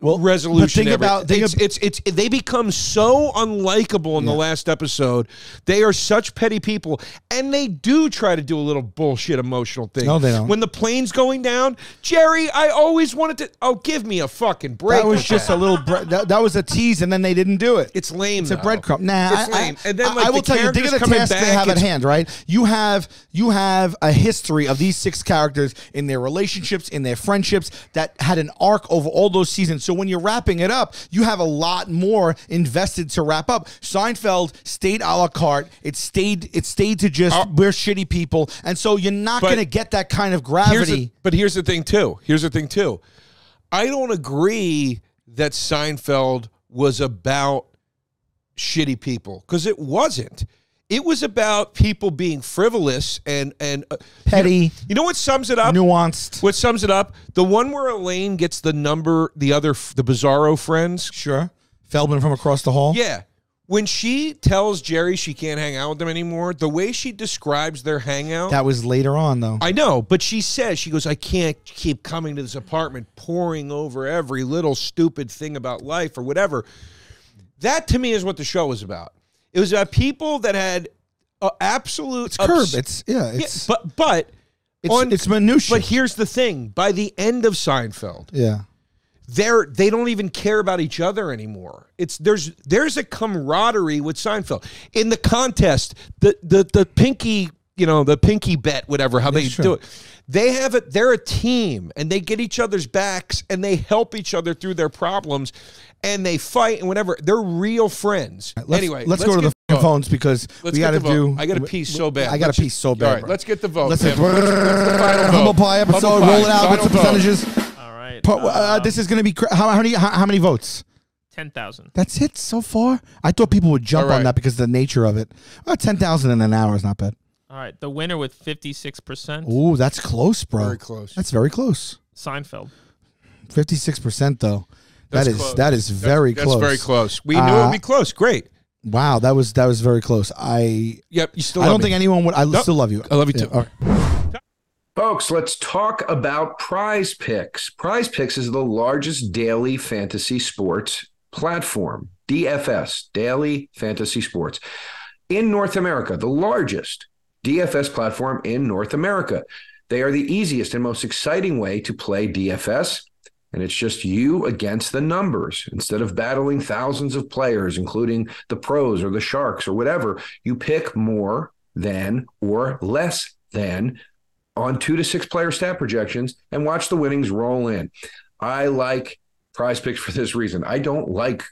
Speaker 1: well
Speaker 5: resolution
Speaker 1: but think
Speaker 5: ever.
Speaker 1: about think
Speaker 5: it's,
Speaker 1: ab-
Speaker 5: it's it's they become so unlikable in the last episode they are such petty people and they do try to do a little bullshit emotional thing
Speaker 1: No, they don't.
Speaker 5: when the plane's going down jerry i always wanted to oh give me a fucking break
Speaker 1: that was
Speaker 5: with
Speaker 1: just a little bre- that, that was a tease and then they didn't do it
Speaker 5: it's lame
Speaker 1: It's a
Speaker 5: though.
Speaker 1: breadcrumb. Nah,
Speaker 5: Oh. it's
Speaker 1: I,
Speaker 5: lame
Speaker 1: I,
Speaker 5: and then like
Speaker 1: I will
Speaker 5: the
Speaker 1: tell you, think of
Speaker 5: characters
Speaker 1: the
Speaker 5: coming
Speaker 1: task
Speaker 5: back,
Speaker 1: they have at
Speaker 5: it's-
Speaker 1: hand. Right, you have you have a history of these six characters in their relationships, in their friendships that had an arc over all those seasons. So when you're wrapping it up, you have a lot more invested to wrap up. Seinfeld stayed a la carte. It stayed. It stayed to just we're shitty people, and so you're not
Speaker 5: Uh, But
Speaker 1: going to get that kind of
Speaker 5: Here's the-
Speaker 1: gravity.
Speaker 5: but here's the thing too. Here's the thing too. I don't agree that Seinfeld was about shitty people because it wasn't. It was about people being frivolous and and uh,
Speaker 1: Petty,
Speaker 5: you know what sums it up?
Speaker 1: nuanced.
Speaker 5: What sums it up? The one where Elaine gets the number, the other, f- the Bizarro friends.
Speaker 1: Sure. Feldman from across the hall.
Speaker 5: Yeah. When she tells Jerry she can't hang out with them anymore, the way she describes their hangout,
Speaker 1: That was later on, though.
Speaker 5: I know, but she says, she goes, I can't keep coming to this apartment pouring over every little stupid thing about life or whatever. That to me is what the show was about. It was about people that had uh, absolute.
Speaker 1: it's curb. It's yeah.
Speaker 5: Yeah,
Speaker 1: It's
Speaker 5: but, but,
Speaker 1: it's,
Speaker 5: on-
Speaker 1: it's minutia.
Speaker 5: but here's the thing by the end of Seinfeld,
Speaker 1: yeah.
Speaker 5: they're they don't even care about each other anymore. It's there's there's a camaraderie with Seinfeld in the contest. The the the pinky you know the pinky bet whatever how they
Speaker 1: Yeah, sure.
Speaker 5: do it. They have it. They're a team and they get each other's backs and they help each other through their problems, and they fight and whatever. They're real friends.
Speaker 1: Let's,
Speaker 5: anyway,
Speaker 1: let's, go to the
Speaker 5: get
Speaker 1: fucking phones because
Speaker 5: Let's
Speaker 1: we
Speaker 5: get
Speaker 1: got to
Speaker 5: the vote.
Speaker 1: do.
Speaker 5: I gotta pee so bad.
Speaker 1: I got
Speaker 5: Let's
Speaker 1: to pee so bad.
Speaker 5: All right,
Speaker 1: bro.
Speaker 5: let's get the vote.
Speaker 1: Let's
Speaker 5: Tim. What's the final vote?
Speaker 1: humble pie episode.
Speaker 5: Humble
Speaker 1: roll it
Speaker 5: pie,
Speaker 1: out with
Speaker 5: final
Speaker 1: some
Speaker 5: vote.
Speaker 1: percentages.
Speaker 9: All right.
Speaker 1: Pa- uh, this is going to be cr- how, how many how, how many votes?
Speaker 9: ten thousand.
Speaker 1: That's it so far. I thought people would jump
Speaker 5: All right.
Speaker 1: on that because of the nature of it. Uh, Ten thousand in an hour is not bad.
Speaker 9: All right. The winner with fifty six percent.
Speaker 1: Ooh, that's close, bro.
Speaker 5: Very close.
Speaker 1: That's very close.
Speaker 9: Seinfeld.
Speaker 1: Fifty-six percent, though. That's
Speaker 5: close.
Speaker 1: that is very
Speaker 5: That's
Speaker 1: close. Uh,
Speaker 5: very close. We knew it would be close. Great.
Speaker 1: Wow, that was that was very close. I
Speaker 5: Yep. You still.
Speaker 1: I
Speaker 5: love
Speaker 1: don't
Speaker 5: me.
Speaker 1: think anyone would. I still love you.
Speaker 5: I love you too.
Speaker 1: all right.
Speaker 2: Folks, let's talk about Prize Picks. Prize Picks is the largest daily fantasy sports platform, DFS, Daily Fantasy Sports, in North America, the largest DFS platform in North America. They are the easiest and most exciting way to play DFS. And it's just you against the numbers. Instead of battling thousands of players, including the pros or the sharks or whatever, you pick more than or less than on two to six player stat projections and watch the winnings roll in. I like prize picks for this reason. I don't like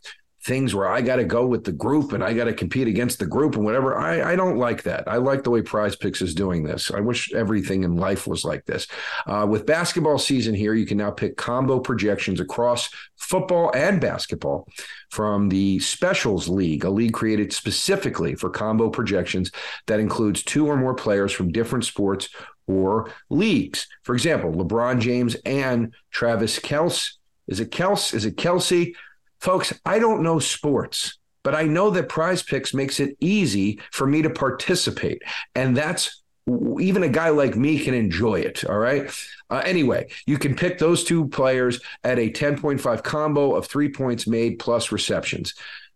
Speaker 2: things where I got to go with the group and I got to compete against the group and whatever. I, I don't like that. I like the way prize picks is doing this. I wish everything in life was like this. Uh, with basketball season here, you can now pick combo projections across football and basketball from the Specials League, a league created specifically for combo projections that includes two or more players from different sports or leagues. For example, LeBron James and Travis Kelce. Is it Kelce? Is it Kelsey? Folks, I don't know sports, but I know that prize picks makes it easy for me to participate. And that's even a guy like me can enjoy it. All right. Uh, anyway, you can pick those two players at a 10.5 combo of three points made plus receptions.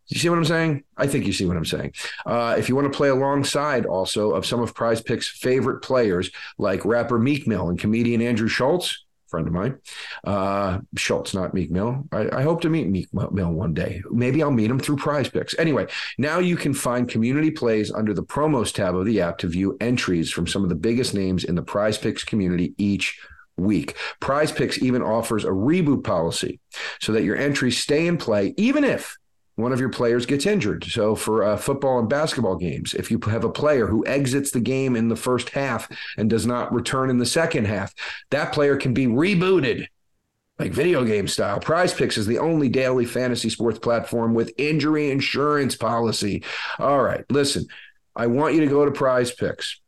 Speaker 2: You see what I'm saying? I think you see what I'm saying. Uh, if you want to play alongside also of some of Prize Picks' favorite players, like rapper Meek Mill and comedian Andrew Schultz, friend of mine, uh, Schultz, not Meek Mill. I, I hope to meet Meek Mill one day. Maybe I'll meet him through Prize Picks. Anyway, now you can find community plays under the promos tab of the app to view entries from some of the biggest names in the Prize Picks community each week. Prize Picks even offers a reboot policy so that your entries stay in play even if one of your players gets injured. So for uh, football and basketball games, if you have a player who exits the game in the first half and does not return in the second half, that player can be rebooted like video game style. Prize Picks is the only daily fantasy sports platform with injury insurance policy. All right, listen, I want you to go to Prize Picks.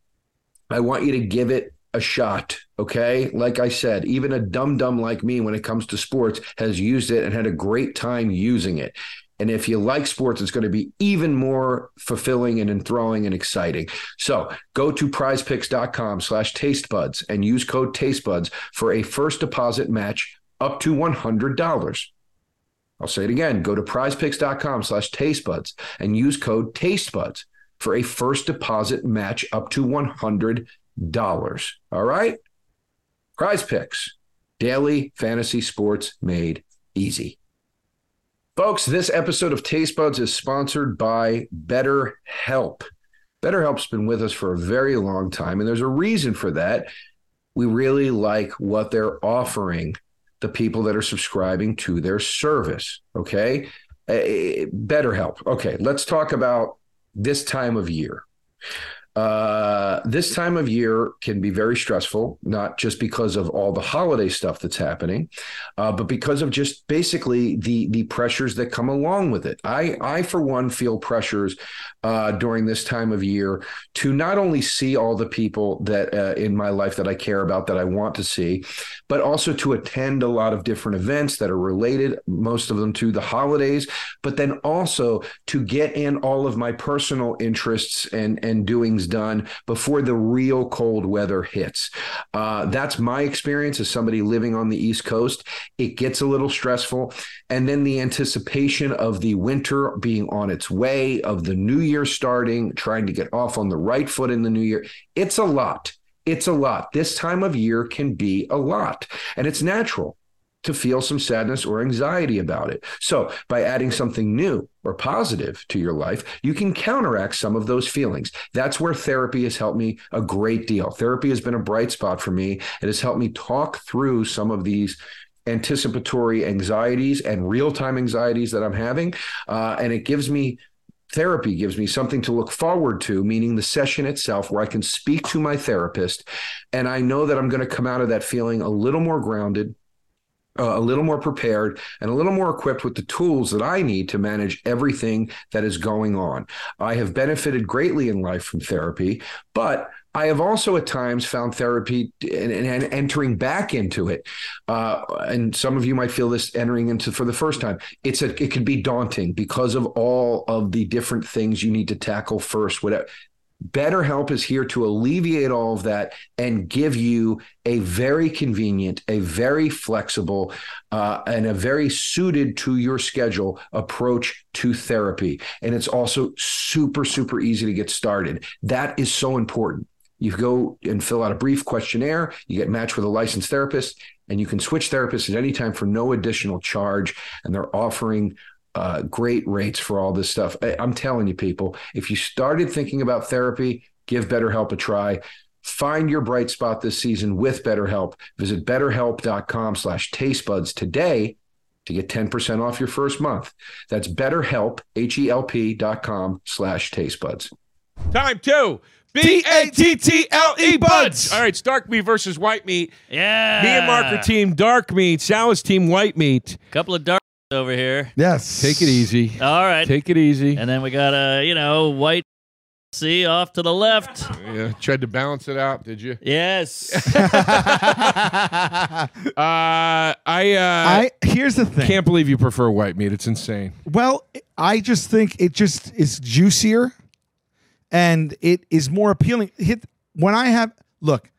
Speaker 2: I want you to give it a shot. Okay. Like I said, even a dum dum like me when it comes to sports has used it and had a great time using it. And if you like sports, it's going to be even more fulfilling and enthralling and exciting. So go to prizepicks.com slash tastebuds and use code tastebuds for a first deposit match up to $100. I'll say it again. Go to prizepicks.com slash tastebuds and use code tastebuds for a first deposit match up to $100. All right? Prize Picks, daily fantasy sports made easy. Folks, this episode of Taste Buds is sponsored by BetterHelp. BetterHelp's been with us for a very long time, and there's a reason for that. We really like what they're offering the people that are subscribing to their service. Okay. Eh, BetterHelp. Okay. Let's talk about this time of year.
Speaker 7: Uh, this time of year can be very stressful, not just because of all the holiday stuff that's happening, uh, but because of just basically the the pressures that come along with it. I I for one feel pressures uh, during this time of year to not only see all the people that uh, in my life that I care about that I want to see, but also to attend a lot of different events that are related, most of them to the holidays, but then also to get in all of my personal interests and and doings done before the real cold weather hits. Uh, that's my experience as somebody living on the East Coast. It gets a little stressful, and then the anticipation of the winter being on its way, of the new year starting, trying to get off on the right foot in the new year. It's a lot. It's a lot. This time of year can be a lot, and it's natural to feel some sadness or anxiety about it. So, by adding something new or positive to your life, you can counteract some of those feelings. That's where therapy has helped me a great deal. Therapy has been a bright spot for me. It has helped me talk through some of these anticipatory anxieties and real time anxieties that I'm having. Uh, and it gives me therapy gives me something to look forward to, meaning the session itself, where I can speak to my therapist. And I know that I'm going to come out of that feeling a little more grounded, uh, a little more prepared, and a little more equipped with the tools that I need to manage everything that is going on. I have benefited greatly in life from therapy, but I have also at times found therapy and, and, and entering back into it, uh, and some of you might feel this entering into for the first time. It's a it can be daunting because of all of the different things you need to tackle first. Whatever. BetterHelp is here to alleviate all of that and give you a very convenient, a very flexible, uh, and a very suited to your schedule approach to therapy. And it's also super, super easy to get started. That is so important. You go and fill out a brief questionnaire, you get matched with a licensed therapist, and you can switch therapists at any time for no additional charge. And they're offering uh, great rates for all this stuff. I, am telling you, people, if you started thinking about therapy, give BetterHelp a try. Find your bright spot this season with BetterHelp. Visit betterhelp.com slash tastebuds today to get 10% off your first month. That's betterhelp, H-E-L-P dot com slash tastebuds.
Speaker 2: Time two. B A T T L E buds. Ah. All right, it's dark meat versus white meat.
Speaker 9: Yeah.
Speaker 2: Me and Mark are team dark meat. Sal is team white meat.
Speaker 9: Couple of darks over here.
Speaker 1: Yes.
Speaker 2: Take it easy.
Speaker 9: All right.
Speaker 2: Take it easy.
Speaker 9: and then we got a, you know, white C off to the left.
Speaker 5: Yeah, tried to balance it out, did you?
Speaker 9: Yes.
Speaker 2: Uh, I, uh,
Speaker 1: I here's the thing.
Speaker 5: Can't believe you prefer white meat. It's insane.
Speaker 1: Well, I just think it just is juicier and it is more appealing. Hit when I have look,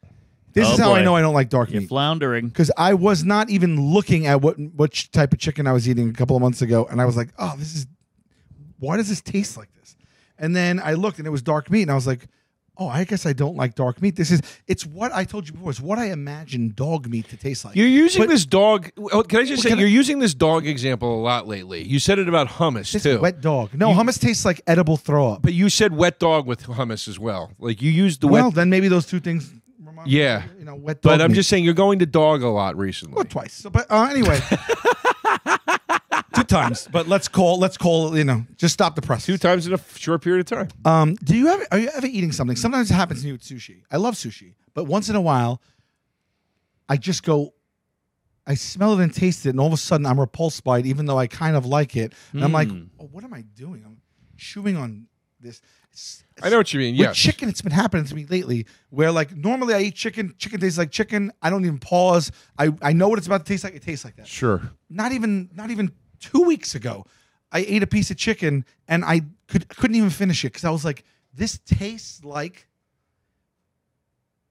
Speaker 1: this
Speaker 9: Oh,
Speaker 1: is how I
Speaker 9: boy.
Speaker 1: know I don't like dark
Speaker 9: You're
Speaker 1: meat.
Speaker 9: floundering.
Speaker 1: Because I was not even looking at what what ch- type of chicken I was eating a couple of months ago, and I was like, "Oh, this is why does this taste like this?" And then I looked, and it was dark meat, and I was like, "Oh, I guess I don't like dark meat. This is it's what I told you before. It's what I imagined dog meat to taste like."
Speaker 5: You're using
Speaker 1: But-
Speaker 5: this dog. oh, Can I just say
Speaker 1: can I-
Speaker 5: you're using this dog example a lot lately? You said it about hummus
Speaker 1: this
Speaker 5: too,
Speaker 1: wet dog. No, hummus tastes like edible throw up.
Speaker 5: but you said wet dog with hummus as well. Like you used the
Speaker 1: well,
Speaker 5: wet.
Speaker 1: then maybe those two things. Remind
Speaker 5: Yeah.
Speaker 1: you know, wet dog.
Speaker 5: But I'm
Speaker 1: meat.
Speaker 5: just saying you're going to dog a lot recently.
Speaker 1: Well, twice. So, but uh, anyway, two times. But let's call. Let's call. You know, just stop the press.
Speaker 5: Two times in a f- short period of time.
Speaker 1: Um, do you ever are you ever eating something? Sometimes it happens to me with sushi. I love sushi, but once in a while, I just go, I smell it and taste it, and all of a sudden I'm repulsed by it, even though I kind of like it. And I'm like,
Speaker 5: Hmm.
Speaker 1: oh, what am I doing? I'm chewing on this. It's-
Speaker 5: I know what you mean.
Speaker 1: with
Speaker 5: Yes.
Speaker 1: chicken, it's been happening to me lately. Where like normally I eat chicken, chicken tastes like chicken. I don't even pause. I I know what it's about to taste like. It tastes like that
Speaker 5: sure.
Speaker 1: not even not even two weeks ago, I ate a piece of chicken and I could couldn't even finish it because I was like, this tastes like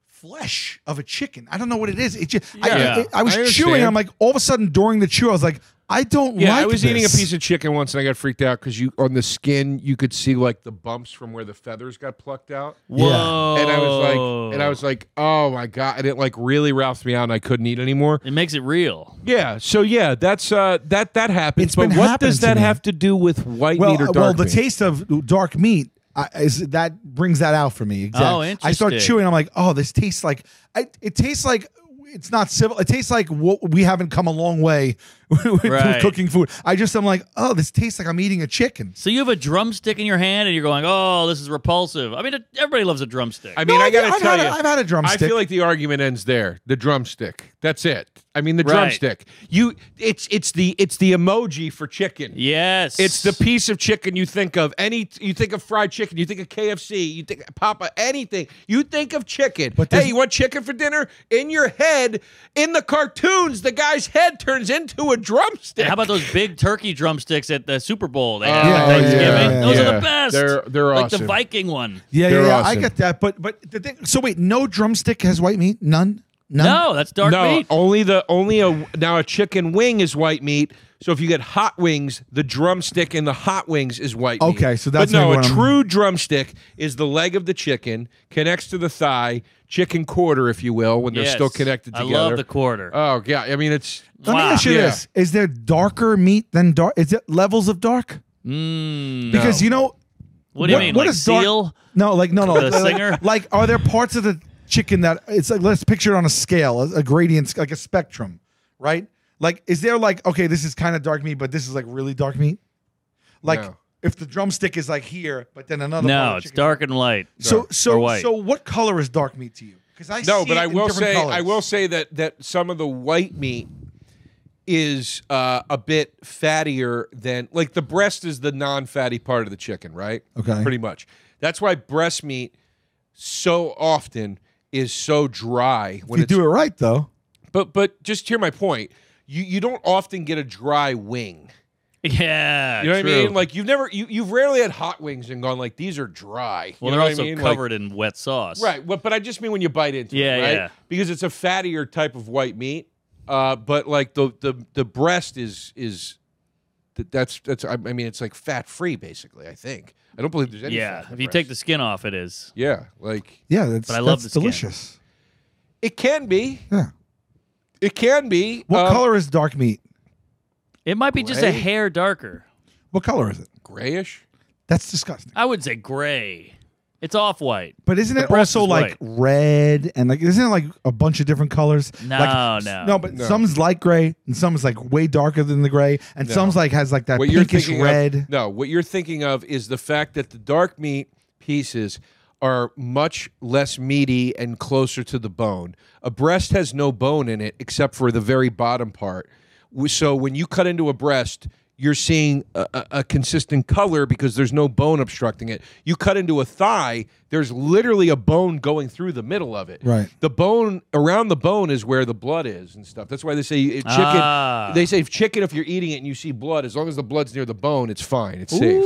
Speaker 1: flesh of a chicken. I don't know what it is. It just
Speaker 5: Yeah.
Speaker 1: I, I was
Speaker 5: I
Speaker 1: chewing.
Speaker 5: understand.
Speaker 1: I'm like, all of a sudden during the chew, I was like, I don't
Speaker 5: Yeah,
Speaker 1: like.
Speaker 5: I was eating a
Speaker 1: this.
Speaker 5: piece of chicken once and I got freaked out because you on the skin you could see like the bumps from where the feathers got plucked out.
Speaker 9: Whoa.
Speaker 5: And I was like, and I was like, oh my god! And it like really roused me out, and I couldn't eat anymore.
Speaker 9: It makes it real.
Speaker 5: Yeah. So yeah, that's uh, that that happens.
Speaker 1: It's
Speaker 5: but
Speaker 1: been
Speaker 5: what does
Speaker 1: happening to
Speaker 5: that
Speaker 1: me.
Speaker 5: have to do with white
Speaker 1: well,
Speaker 5: meat or
Speaker 1: uh,
Speaker 5: dark
Speaker 1: well, the
Speaker 5: meat?
Speaker 1: taste of dark meat I, is that brings that out for me. Exactly.
Speaker 9: Oh,
Speaker 1: I start
Speaker 9: interesting.
Speaker 1: chewing. I'm like, oh, this tastes like. I, it tastes like. It's not civil. It tastes like what we haven't come a long way with
Speaker 9: Right.
Speaker 1: cooking food. I just am like, oh, this tastes like I'm eating a chicken.
Speaker 9: So you have a drumstick in your hand and you're going, oh, this is repulsive. I mean, it- everybody loves a drumstick.
Speaker 2: I mean,
Speaker 1: No,
Speaker 2: I got
Speaker 1: I've
Speaker 2: to tell
Speaker 1: had a-
Speaker 2: you,
Speaker 1: I've had a drumstick.
Speaker 2: I feel like the argument ends there. The drumstick. That's it. I mean, the
Speaker 9: Right.
Speaker 2: drumstick. You, it's it's the it's the emoji for chicken.
Speaker 9: yes.
Speaker 2: It's the piece of chicken you think of. Any you think of fried chicken, you think of KFC, you think of Papa, anything. You think of chicken.
Speaker 1: But there's-
Speaker 2: hey, you want chicken for dinner? In your head, in the cartoons, the guy's head turns into a drumstick.
Speaker 9: How about those big turkey drumsticks at the Super Bowl? They have
Speaker 1: Yeah,
Speaker 9: at
Speaker 1: oh, yeah,
Speaker 9: Thanksgiving.
Speaker 1: yeah,
Speaker 9: those are
Speaker 2: yeah.
Speaker 9: the best.
Speaker 2: They're- they're
Speaker 9: like the
Speaker 2: awesome.
Speaker 9: Viking one.
Speaker 1: Yeah, yeah,
Speaker 5: They're
Speaker 1: yeah. I
Speaker 5: awesome.
Speaker 1: get that, but but the thing. So wait, no drumstick has white meat. None. None.
Speaker 9: No, that's dark
Speaker 2: no,
Speaker 5: oh.
Speaker 9: meat.
Speaker 2: only the only a now a chicken wing is white meat. So if you get hot wings, the drumstick in the hot wings is white meat.
Speaker 1: Okay, so that's
Speaker 2: but no
Speaker 1: maybe
Speaker 2: a
Speaker 1: what I'm-
Speaker 2: true drumstick is the leg of the chicken connects to the thigh, chicken quarter, if you will, when they're
Speaker 9: Yes.
Speaker 2: still connected
Speaker 9: I
Speaker 2: together.
Speaker 9: love the quarter.
Speaker 2: Oh yeah, I mean it's
Speaker 1: Let me
Speaker 9: Wow.
Speaker 1: ask you
Speaker 2: Yeah.
Speaker 1: this: Is there darker meat than dark? Is it levels of dark?
Speaker 9: Mm,
Speaker 1: Because you know,
Speaker 9: what do you
Speaker 1: what-
Speaker 9: mean?
Speaker 1: what
Speaker 9: like
Speaker 1: is dark-
Speaker 9: seal?
Speaker 1: no, like no, no,
Speaker 9: The
Speaker 1: like,
Speaker 9: singer?
Speaker 1: Like, are there parts of the chicken that it's like? Let's picture it on a scale, a, a gradient, like a spectrum, right? Like, is there like okay, this is kind of dark meat, but this is like really dark meat? Like,
Speaker 5: No.
Speaker 1: if the drumstick is like here, but then another part
Speaker 9: No,
Speaker 1: of
Speaker 9: it's
Speaker 1: chicken-
Speaker 9: dark and light.
Speaker 1: So
Speaker 9: Or
Speaker 1: so
Speaker 9: white.
Speaker 1: so, what color is dark meat to you? Because I
Speaker 2: no,
Speaker 1: see
Speaker 2: but
Speaker 1: it
Speaker 2: I
Speaker 1: in
Speaker 2: will
Speaker 1: different
Speaker 2: say I
Speaker 1: colors.
Speaker 2: will say that that some of the white meat is uh, a bit fattier than like the breast is the non-fatty part of the chicken, right?
Speaker 1: Okay.
Speaker 2: pretty much. That's why breast meat so often is so dry when
Speaker 1: you
Speaker 2: it's
Speaker 1: do it right though.
Speaker 2: but but just hear my point. You you don't often get a dry wing.
Speaker 9: Yeah,
Speaker 2: You know what I
Speaker 9: ah, true.
Speaker 2: mean? Like you've never you you've rarely had hot wings and gone like these are dry.
Speaker 9: well,
Speaker 2: you know
Speaker 9: they're
Speaker 2: what
Speaker 9: also
Speaker 2: I mean? Like-
Speaker 9: covered in wet sauce.
Speaker 2: Right. Well, but I just mean when you bite into
Speaker 9: Yeah,
Speaker 2: it, right?
Speaker 9: yeah.
Speaker 2: Because it's a fattier type of white meat. Uh, but like the the the breast is is th- that's that's I I mean it's like fat free basically. I think I don't believe there's any.
Speaker 9: Yeah,
Speaker 2: fat in
Speaker 9: if you take the
Speaker 2: breast.
Speaker 9: skin off, it is.
Speaker 2: yeah, like
Speaker 1: Yeah, that's,
Speaker 9: But I love
Speaker 1: that's
Speaker 9: the skin.
Speaker 1: delicious.
Speaker 2: it can be.
Speaker 1: Yeah.
Speaker 2: It can be.
Speaker 1: What
Speaker 2: um,
Speaker 1: color is dark meat?
Speaker 9: It might be just a
Speaker 2: Gray?
Speaker 9: hair darker.
Speaker 1: What color is it?
Speaker 2: Grayish.
Speaker 1: That's disgusting.
Speaker 9: I would say gray. It's off white.
Speaker 1: But isn't it
Speaker 9: breast
Speaker 1: also
Speaker 9: is
Speaker 1: like
Speaker 9: white.
Speaker 1: red and like isn't it like a bunch of different colors?
Speaker 9: No,
Speaker 1: Like-
Speaker 9: no.
Speaker 1: no. But some's light gray and some's like way darker than the gray and some's like has like that
Speaker 2: What you're
Speaker 1: pinkish
Speaker 2: thinking of-
Speaker 1: red.
Speaker 2: no, what you're thinking of is the fact that the dark meat pieces are much less meaty and closer to the bone. A breast has no bone in it except for the very bottom part. W- So when you cut into a breast, you're seeing a, a, a consistent color because there's no bone obstructing it. You cut into a thigh, there's literally a bone going through the middle of it.
Speaker 1: Right.
Speaker 2: The bone around the bone is where the blood is and stuff. That's why they say uh, chicken.
Speaker 9: Ah.
Speaker 2: They say if chicken, if you're eating it and you see blood, as long as the blood's near the bone, it's fine. It's safe.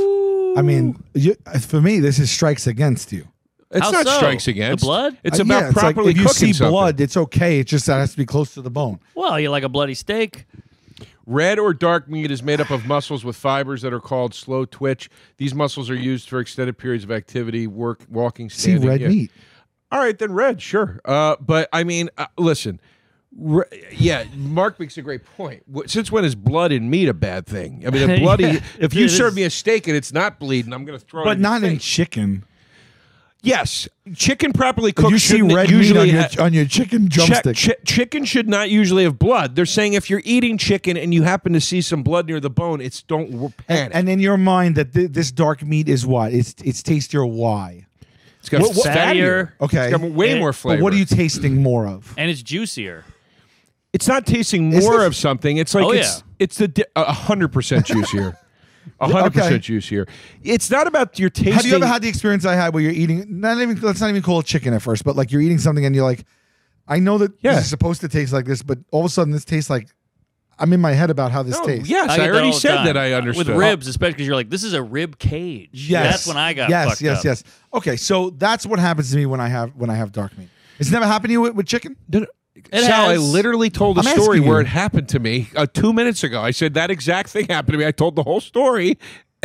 Speaker 1: I mean, you, for me, this is strikes against you.
Speaker 2: It's
Speaker 9: How
Speaker 2: not
Speaker 9: so?
Speaker 2: strikes
Speaker 9: The
Speaker 2: against.
Speaker 9: blood?
Speaker 2: It's
Speaker 1: Uh,
Speaker 2: about
Speaker 1: yeah, like,
Speaker 2: properly
Speaker 1: if you
Speaker 2: cooking
Speaker 1: see
Speaker 2: something.
Speaker 1: blood, it's okay. It's just that it has to be close to the bone.
Speaker 9: Well, you like a bloody steak.
Speaker 2: Red or dark meat is made up of muscles with fibers that are called slow twitch. These muscles are used for extended periods of activity, work, walking,
Speaker 1: See
Speaker 2: standing.
Speaker 1: red
Speaker 2: yeah.
Speaker 1: meat.
Speaker 2: All right, then red, sure. Uh, but I mean, uh, listen, re- yeah, Mark makes a great point. Wh- Since when is blood and meat a bad thing? I mean, a bloody.
Speaker 9: Yeah,
Speaker 2: if you
Speaker 9: it
Speaker 2: serve
Speaker 9: is.
Speaker 2: me a steak and it's not bleeding, I'm going to throw it.
Speaker 1: But
Speaker 2: in your
Speaker 1: not in
Speaker 2: face.
Speaker 1: chicken.
Speaker 2: Yes, chicken properly
Speaker 1: If
Speaker 2: cooked.
Speaker 1: you see
Speaker 2: shouldn't
Speaker 1: red meat
Speaker 2: usually
Speaker 1: on your,
Speaker 2: ha-
Speaker 1: on your chicken
Speaker 2: Check-
Speaker 1: drumstick.
Speaker 2: chi- chicken should not usually have blood. They're saying if you're eating chicken and you happen to see some blood near the bone, it's don't w- panic.
Speaker 1: and, and in your mind, that thi- this dark meat is what? It's it's tastier. Why?
Speaker 2: it's got
Speaker 1: what-
Speaker 2: fattier.
Speaker 1: Okay.
Speaker 2: It's got way
Speaker 9: And-
Speaker 2: more flavor.
Speaker 1: But what are you tasting more of?
Speaker 9: And it's juicier.
Speaker 2: It's not tasting
Speaker 1: Is
Speaker 2: more
Speaker 1: it-
Speaker 2: of something. It's like
Speaker 9: Oh,
Speaker 2: it's
Speaker 9: yeah.
Speaker 2: it's the di- a hundred percent juicier. A hundred
Speaker 1: Okay.
Speaker 2: percent juicier. It's not about your tasting.
Speaker 1: Have you ever had the experience I had where you're eating? Not even let's not even call it chicken at first, but like you're eating something and you're like, I know that
Speaker 2: Yeah.
Speaker 1: this is supposed to taste like this, but all of a sudden this tastes like I'm in my head about how this
Speaker 2: No,
Speaker 1: tastes.
Speaker 2: yes,
Speaker 9: get
Speaker 2: I,
Speaker 9: that all
Speaker 2: already
Speaker 9: the
Speaker 2: said
Speaker 9: time.
Speaker 2: that. I understood
Speaker 9: With ribs, especially because you're like, this is a rib cage.
Speaker 1: Yes.
Speaker 9: That's when I got
Speaker 1: yes,
Speaker 9: fucked
Speaker 1: yes,
Speaker 9: up.
Speaker 1: yes. Okay, so that's what happens to me when I have when I have dark meat. It's never happened to you with, with chicken.
Speaker 2: No, no. Sal, I
Speaker 9: has-
Speaker 2: literally told a
Speaker 1: I'm
Speaker 2: story
Speaker 1: asking
Speaker 2: where
Speaker 1: you.
Speaker 2: it happened to me uh, two minutes ago. I said that exact thing happened to me. I told the whole story,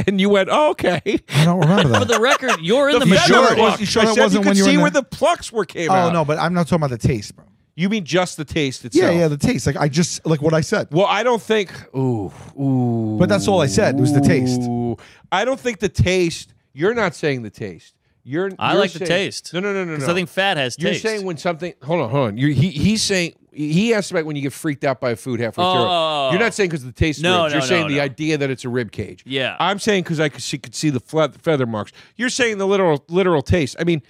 Speaker 2: and you went, oh, "Okay."
Speaker 1: I don't remember
Speaker 9: For
Speaker 1: that.
Speaker 9: the record, you're in the,
Speaker 2: feather
Speaker 9: majority.
Speaker 2: pluck.
Speaker 1: You sure
Speaker 2: I
Speaker 1: that
Speaker 2: said
Speaker 1: wasn't
Speaker 2: you could
Speaker 1: when you were
Speaker 2: see
Speaker 1: in
Speaker 2: where
Speaker 1: the-
Speaker 2: the plucks were came
Speaker 1: oh
Speaker 2: out.
Speaker 1: no, but I'm not talking about the taste, bro.
Speaker 2: You mean just the taste
Speaker 1: Yeah,
Speaker 2: itself?
Speaker 1: yeah, the taste. Like I just like what I said.
Speaker 2: Well, I don't think. Ooh, ooh.
Speaker 1: But that's all I said was the taste.
Speaker 2: Ooh. I don't think the taste. You're not saying the taste. You're.
Speaker 9: I
Speaker 2: you're
Speaker 9: like the
Speaker 2: saying-
Speaker 9: taste.
Speaker 2: No, no, no, no.
Speaker 9: Because
Speaker 2: no.
Speaker 9: I think fat has
Speaker 2: you're
Speaker 9: taste.
Speaker 2: saying when something. Hold on, hold on. You're, he, he's saying he asked about when you get freaked out by food halfway
Speaker 9: Oh,
Speaker 2: through.
Speaker 9: oh, oh.
Speaker 2: You're not saying because the taste.
Speaker 9: No,
Speaker 2: ribs. You're
Speaker 9: no,
Speaker 2: saying
Speaker 9: no,
Speaker 2: the
Speaker 9: no.
Speaker 2: idea that it's a rib cage.
Speaker 9: Yeah.
Speaker 2: I'm saying because I could see, could see the fle- feather marks. You're saying the literal literal taste. I mean,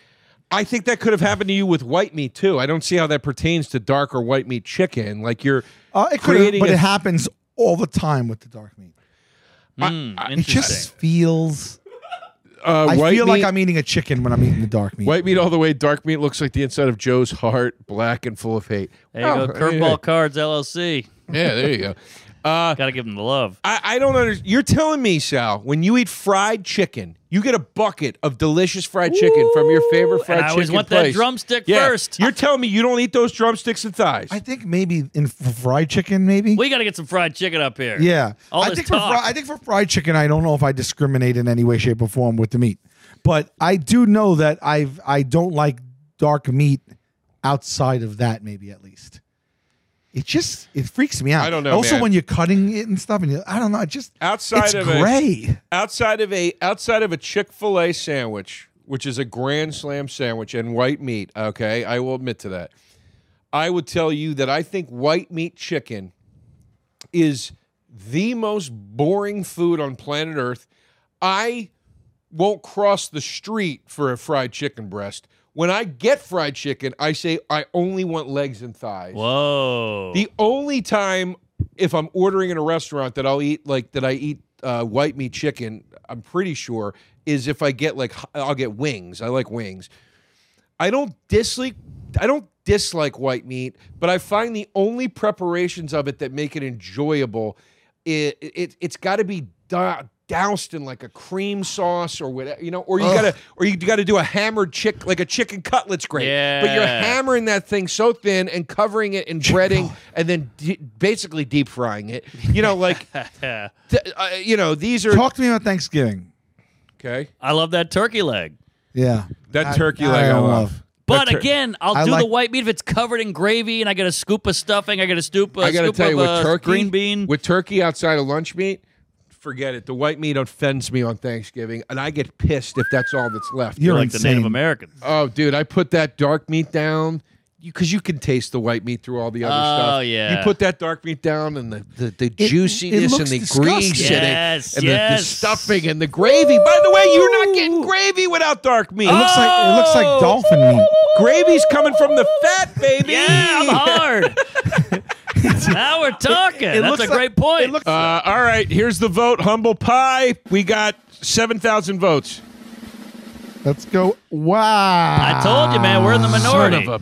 Speaker 2: I think that could have happened to you with white meat too. I don't see how that pertains to dark or white meat chicken. Like you're
Speaker 1: Uh, it could,
Speaker 2: creating
Speaker 1: but
Speaker 2: a-
Speaker 1: it happens all the time with the dark meat.
Speaker 9: Mm,
Speaker 1: It
Speaker 9: interesting.
Speaker 1: just feels.
Speaker 2: uh,
Speaker 1: I
Speaker 2: white
Speaker 1: feel
Speaker 2: meat.
Speaker 1: like I'm eating a chicken when I'm eating the dark meat.
Speaker 2: White meat all the way. Dark meat looks like the inside of Joe's heart, black and full of hate.
Speaker 9: there you
Speaker 2: Oh,
Speaker 9: go. Curveball Cards LLC.
Speaker 2: Yeah, yeah, there you go.
Speaker 9: Got to give them the love.
Speaker 2: I, I don't understand. You're telling me, Sal, when you eat fried chicken, you get a bucket of delicious fried chicken from your favorite fried
Speaker 9: and I always
Speaker 2: chicken
Speaker 9: want that
Speaker 2: place.
Speaker 9: drumstick
Speaker 2: Yeah,
Speaker 9: first.
Speaker 2: You're telling me you don't eat those drumsticks and thighs.
Speaker 1: I think maybe in f- fried chicken, maybe.
Speaker 9: We got to get some fried chicken up here.
Speaker 1: yeah,
Speaker 9: All
Speaker 1: I
Speaker 9: this
Speaker 1: think
Speaker 9: talk.
Speaker 1: for fri- I think for fried chicken, I don't know if I discriminate in any way, shape, or form with the meat, but I do know that I've I don't like dark meat outside of that. Maybe at least it just it freaks me out.
Speaker 2: I don't know,
Speaker 1: Also,
Speaker 2: man.
Speaker 1: when you're cutting it and stuff, and you, I don't know, it just
Speaker 2: Outside
Speaker 1: it's
Speaker 2: of a-
Speaker 1: gray.
Speaker 2: outside of a outside of a Chick-fil-A sandwich, which is a grand slam sandwich and white meat, okay? I will admit to that. I would tell you that I think white meat chicken is the most boring food on planet Earth. I won't cross the street for a fried chicken breast. When I get fried chicken, I say I only want legs and thighs.
Speaker 9: Whoa.
Speaker 2: The only time if I'm ordering in a restaurant that I'll eat like that I eat uh, white meat chicken, I'm pretty sure is if I get like h- I'll get wings. I like wings. I don't dislike I don't dislike white meat, but I find the only preparations of it that make it enjoyable it, it it's got to be dou- doused in like a cream sauce or whatever you know or you gotta or you gotta do a hammered chick like a chicken cutlets grate but you're
Speaker 9: Yeah.
Speaker 2: hammering that thing so thin and covering it in breading and then d- basically deep frying it you know like th- uh, you know these are
Speaker 1: Talk to me about Thanksgiving.
Speaker 2: okay
Speaker 9: I love that turkey leg.
Speaker 1: Yeah,
Speaker 2: that
Speaker 1: I-
Speaker 2: turkey
Speaker 1: I
Speaker 2: leg I
Speaker 1: don't
Speaker 2: love.
Speaker 9: But
Speaker 2: tur-
Speaker 9: again, I'll
Speaker 1: I
Speaker 9: do the
Speaker 1: like-
Speaker 9: white meat if it's covered in gravy, and I get a scoop of stuffing. I get a scoop. A
Speaker 2: I gotta
Speaker 9: scoop
Speaker 2: tell you,
Speaker 9: of,
Speaker 2: with
Speaker 9: uh,
Speaker 2: turkey,
Speaker 9: green bean.
Speaker 2: with turkey outside of lunch meat, forget it. The white meat offends me on Thanksgiving, and I get pissed if that's all that's left.
Speaker 1: You're,
Speaker 9: like
Speaker 1: insane.
Speaker 9: the Native Americans.
Speaker 2: oh, dude, I put that dark meat down. Because you, can taste the white meat through all the other
Speaker 9: Oh,
Speaker 2: stuff.
Speaker 9: yeah.
Speaker 2: You put that dark meat down, and the, the, the
Speaker 1: it
Speaker 2: juiciness and
Speaker 1: looks
Speaker 2: the
Speaker 1: disgusting.
Speaker 2: grease in
Speaker 9: Yes,
Speaker 2: it, and the, the
Speaker 9: yes.
Speaker 2: stuffing and the gravy. By the way, you're not getting gravy without dark meat.
Speaker 1: It looks like it looks like dolphin meat.
Speaker 2: Gravy's coming from the fat, baby.
Speaker 9: Oh. Yeah, I'm hard. now we're talking. That's
Speaker 1: looks
Speaker 9: a
Speaker 1: like-
Speaker 9: great point.
Speaker 1: It looks
Speaker 2: Uh, all right, here's the vote. Humble Pie, we got 7,000 votes.
Speaker 1: Let's go. Wow.
Speaker 9: I told you, man, we're in the minority.
Speaker 1: All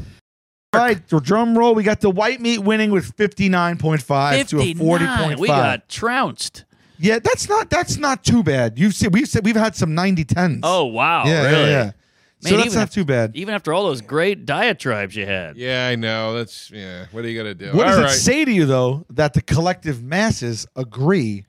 Speaker 1: right, the drum roll. We got the white meat winning with 59.5 to a 40.5.
Speaker 9: We got trounced.
Speaker 1: yeah, that's not that's not too bad. You've seen we've said we've had some 90 tens.
Speaker 9: Oh wow,
Speaker 1: yeah,
Speaker 9: really?
Speaker 1: yeah, yeah. so
Speaker 9: Man,
Speaker 1: that's
Speaker 9: even
Speaker 1: not
Speaker 9: if-
Speaker 1: too bad.
Speaker 9: Even after all those great diatribes you had.
Speaker 2: Yeah, I know. That's, yeah, what are you going to do?
Speaker 1: What
Speaker 2: All
Speaker 1: does
Speaker 2: right.
Speaker 1: it say to you though that the collective masses agree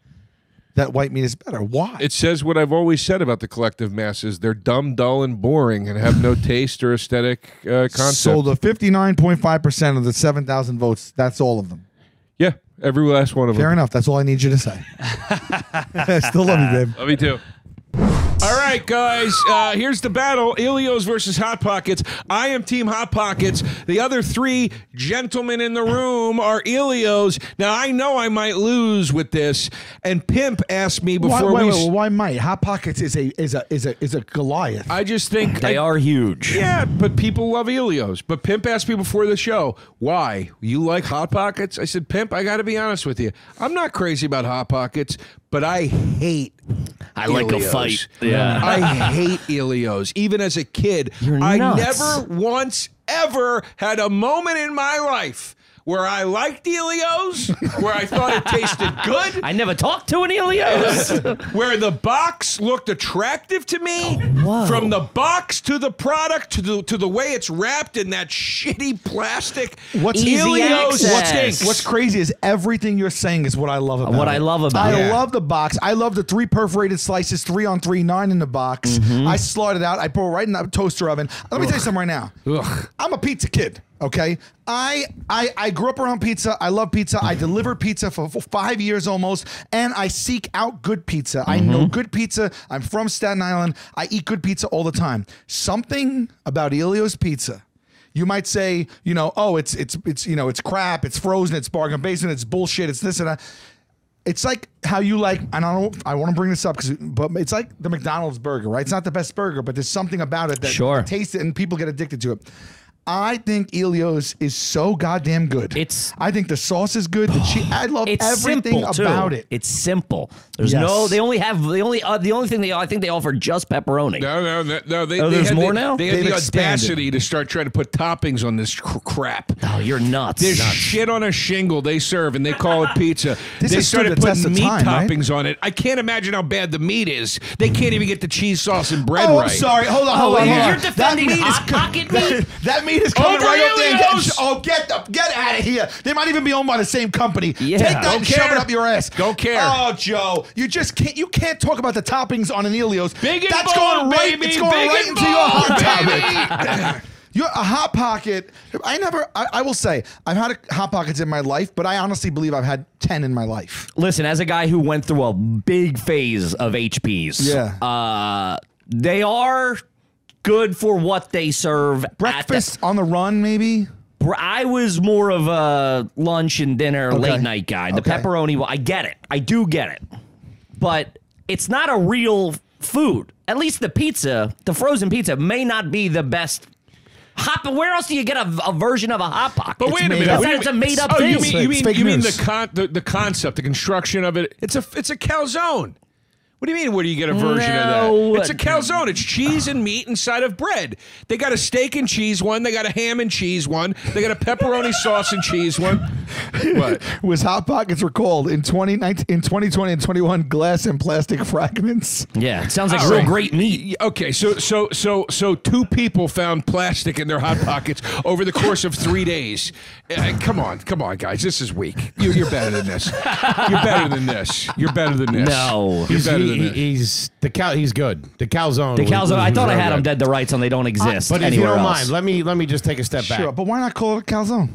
Speaker 1: that white meat is better? Why?
Speaker 2: It says what I've always said about the collective masses. They're dumb, dull, and boring and have no taste or aesthetic uh, concept.
Speaker 1: so the 59.5% of the 7,000 votes, that's all of them.
Speaker 2: yeah, every last one of
Speaker 1: Fair
Speaker 2: them.
Speaker 1: enough. That's all I need you to say. I still love you, babe.
Speaker 2: Love you Oh, too. All right, guys. Uh, here's the battle: Ilios versus Hot Pockets. I am Team Hot Pockets. The other three gentlemen in the room are Ilios. Now I know I might lose with this, and Pimp asked me
Speaker 1: Why,
Speaker 2: before
Speaker 1: wait,
Speaker 2: we.
Speaker 1: wait, wait, why might Hot Pockets is a is a is a is a Goliath.
Speaker 2: I just think I-
Speaker 10: are huge.
Speaker 2: Yeah, but people love Elios. But Pimp asked me before the show, why? You like Hot Pockets? I said, Pimp, I got to be honest with you. I'm not crazy about Hot Pockets, but I hate. I
Speaker 10: like a fight.
Speaker 2: Yeah. I hate Elios. Even as a kid, I never once ever had a moment in my life where I liked Elios, where I thought it tasted good,
Speaker 10: I never talked to an Elios.
Speaker 2: where the box looked attractive to me from the box to the product to the to the way it's wrapped in that shitty plastic
Speaker 1: What's- Easy
Speaker 10: access.
Speaker 2: stinks.
Speaker 1: What's crazy is everything you're saying is what I love about
Speaker 10: What
Speaker 1: it.
Speaker 10: I love about
Speaker 1: I
Speaker 10: it.
Speaker 1: love the box. I love the three perforated slices, three on three, nine in the box. I slot it out. I pour it right in the toaster oven. Let me tell you something right now. I'm a pizza kid. Okay, I, I I grew up around pizza. I love pizza. I delivered pizza for, for five years almost, and I seek out good pizza. I know good pizza. I'm from Staten Island. I eat good pizza all the time. Something about Elio's Pizza. You might say, you know, oh, it's it's it's you know, it's crap, it's frozen, it's bargain basement, it's bullshit, it's this and that. It's like how you like, and I don't. I want to bring this up because, but it's like the McDonald's burger, right? It's not the best burger, but there's something about it that
Speaker 11: Sure.
Speaker 1: taste it, and people get addicted to it. I think Elio's is so goddamn good. It's. I think the sauce is good. The cheese. I love
Speaker 10: It's
Speaker 1: everything
Speaker 10: simple, too.
Speaker 1: about it.
Speaker 10: It's simple. There's
Speaker 1: Yes.
Speaker 10: no. They only have. They only. Uh, the only thing they. I think they offer just pepperoni.
Speaker 2: No, no, no. no they,
Speaker 10: Oh,
Speaker 2: they
Speaker 10: there's
Speaker 2: had
Speaker 10: more
Speaker 2: the,
Speaker 10: now?
Speaker 2: They had
Speaker 10: They've
Speaker 2: the
Speaker 10: expanded.
Speaker 2: audacity to start trying to put toppings on this cr- crap.
Speaker 10: Oh, you're nuts.
Speaker 2: There's shit on a shingle they serve, and they call it pizza.
Speaker 1: This
Speaker 2: they
Speaker 1: has stood
Speaker 2: started
Speaker 1: the test
Speaker 2: putting
Speaker 1: of
Speaker 2: meat
Speaker 1: time, right?
Speaker 2: toppings on it. I can't imagine how bad the meat is. They can't even get the cheese sauce and bread
Speaker 1: Oh,
Speaker 2: right.
Speaker 1: I'm sorry. Hold on.
Speaker 10: Oh,
Speaker 1: Hold on.
Speaker 10: you're
Speaker 1: Hold on.
Speaker 10: defending hot
Speaker 1: co-
Speaker 10: pocket
Speaker 1: that-
Speaker 10: meat?
Speaker 1: That, meat is coming
Speaker 2: Over
Speaker 1: right up there. and Get,
Speaker 2: Elio's!
Speaker 1: oh, get up! Get out of here. They might even be owned by the same company.
Speaker 10: Yeah.
Speaker 1: Take that
Speaker 10: Don't
Speaker 1: and shove
Speaker 2: care.
Speaker 1: it up your ass.
Speaker 2: Don't care.
Speaker 1: Oh, Joe, you just can't. You can't talk about the toppings on an Elio's.
Speaker 2: Big and
Speaker 1: That's
Speaker 2: bold,
Speaker 1: going right.
Speaker 2: baby.
Speaker 1: It's going
Speaker 2: Big
Speaker 1: right
Speaker 2: and
Speaker 1: into your hot
Speaker 2: bold,
Speaker 1: topic. You're a hot pocket. I never. I, I will say I've had a, hot pockets in my life, but I honestly believe I've had ten in my life.
Speaker 10: Listen, as a guy who went through a big phase of HPs,
Speaker 1: Yeah.
Speaker 10: uh, they are good for what they serve. at the-
Speaker 1: Breakfast on the run, maybe.
Speaker 10: Br- I was more of a lunch and dinner, late night guy. The
Speaker 1: Okay.
Speaker 10: pepperoni, well, I get it. I do get it. But it's not a real food. At least the pizza, the frozen pizza, may not be the best. Hot, where else do you get a, a version of a hot pocket?
Speaker 2: But wait a minute.
Speaker 10: That's,
Speaker 2: wait
Speaker 10: it's a made up
Speaker 2: oh,
Speaker 10: thing.
Speaker 2: You mean, you
Speaker 1: It's
Speaker 2: mean,
Speaker 1: fake
Speaker 2: you mean
Speaker 1: news.
Speaker 2: the, con- the the concept, the construction of it? It's a it's a calzone. What do you mean? Where do you get a version
Speaker 10: No.
Speaker 2: of that? It's a calzone. It's cheese and meat inside of bread. They got a steak and cheese one. They got a ham and cheese one. They got a pepperoni sauce and cheese one. What?
Speaker 1: was Hot Pockets recalled in 2019, in 2020 and 21 glass and plastic fragments.
Speaker 10: yeah, it sounds like
Speaker 2: All
Speaker 10: real
Speaker 2: right.
Speaker 10: great meat.
Speaker 2: Y- Okay, so so so so two people found plastic in their hot pockets over the course of three days. Uh, come on, come on, guys, this is weak. You, you're better than this. You're better than this. You're better than this.
Speaker 10: No.
Speaker 2: you're
Speaker 5: He's,
Speaker 2: better than this.
Speaker 5: he- he- he's the cow. He's good. The calzone.
Speaker 10: The
Speaker 5: was-
Speaker 10: cows.
Speaker 5: was-
Speaker 10: I
Speaker 5: was
Speaker 10: thought I
Speaker 5: real
Speaker 10: had
Speaker 5: good.
Speaker 10: them dead to rights, and they don't exist
Speaker 5: But if you
Speaker 10: anywhere
Speaker 5: don't
Speaker 10: else.
Speaker 5: mind, let me let me just take a step
Speaker 1: Sure,
Speaker 5: back.
Speaker 1: but why not call it calzone?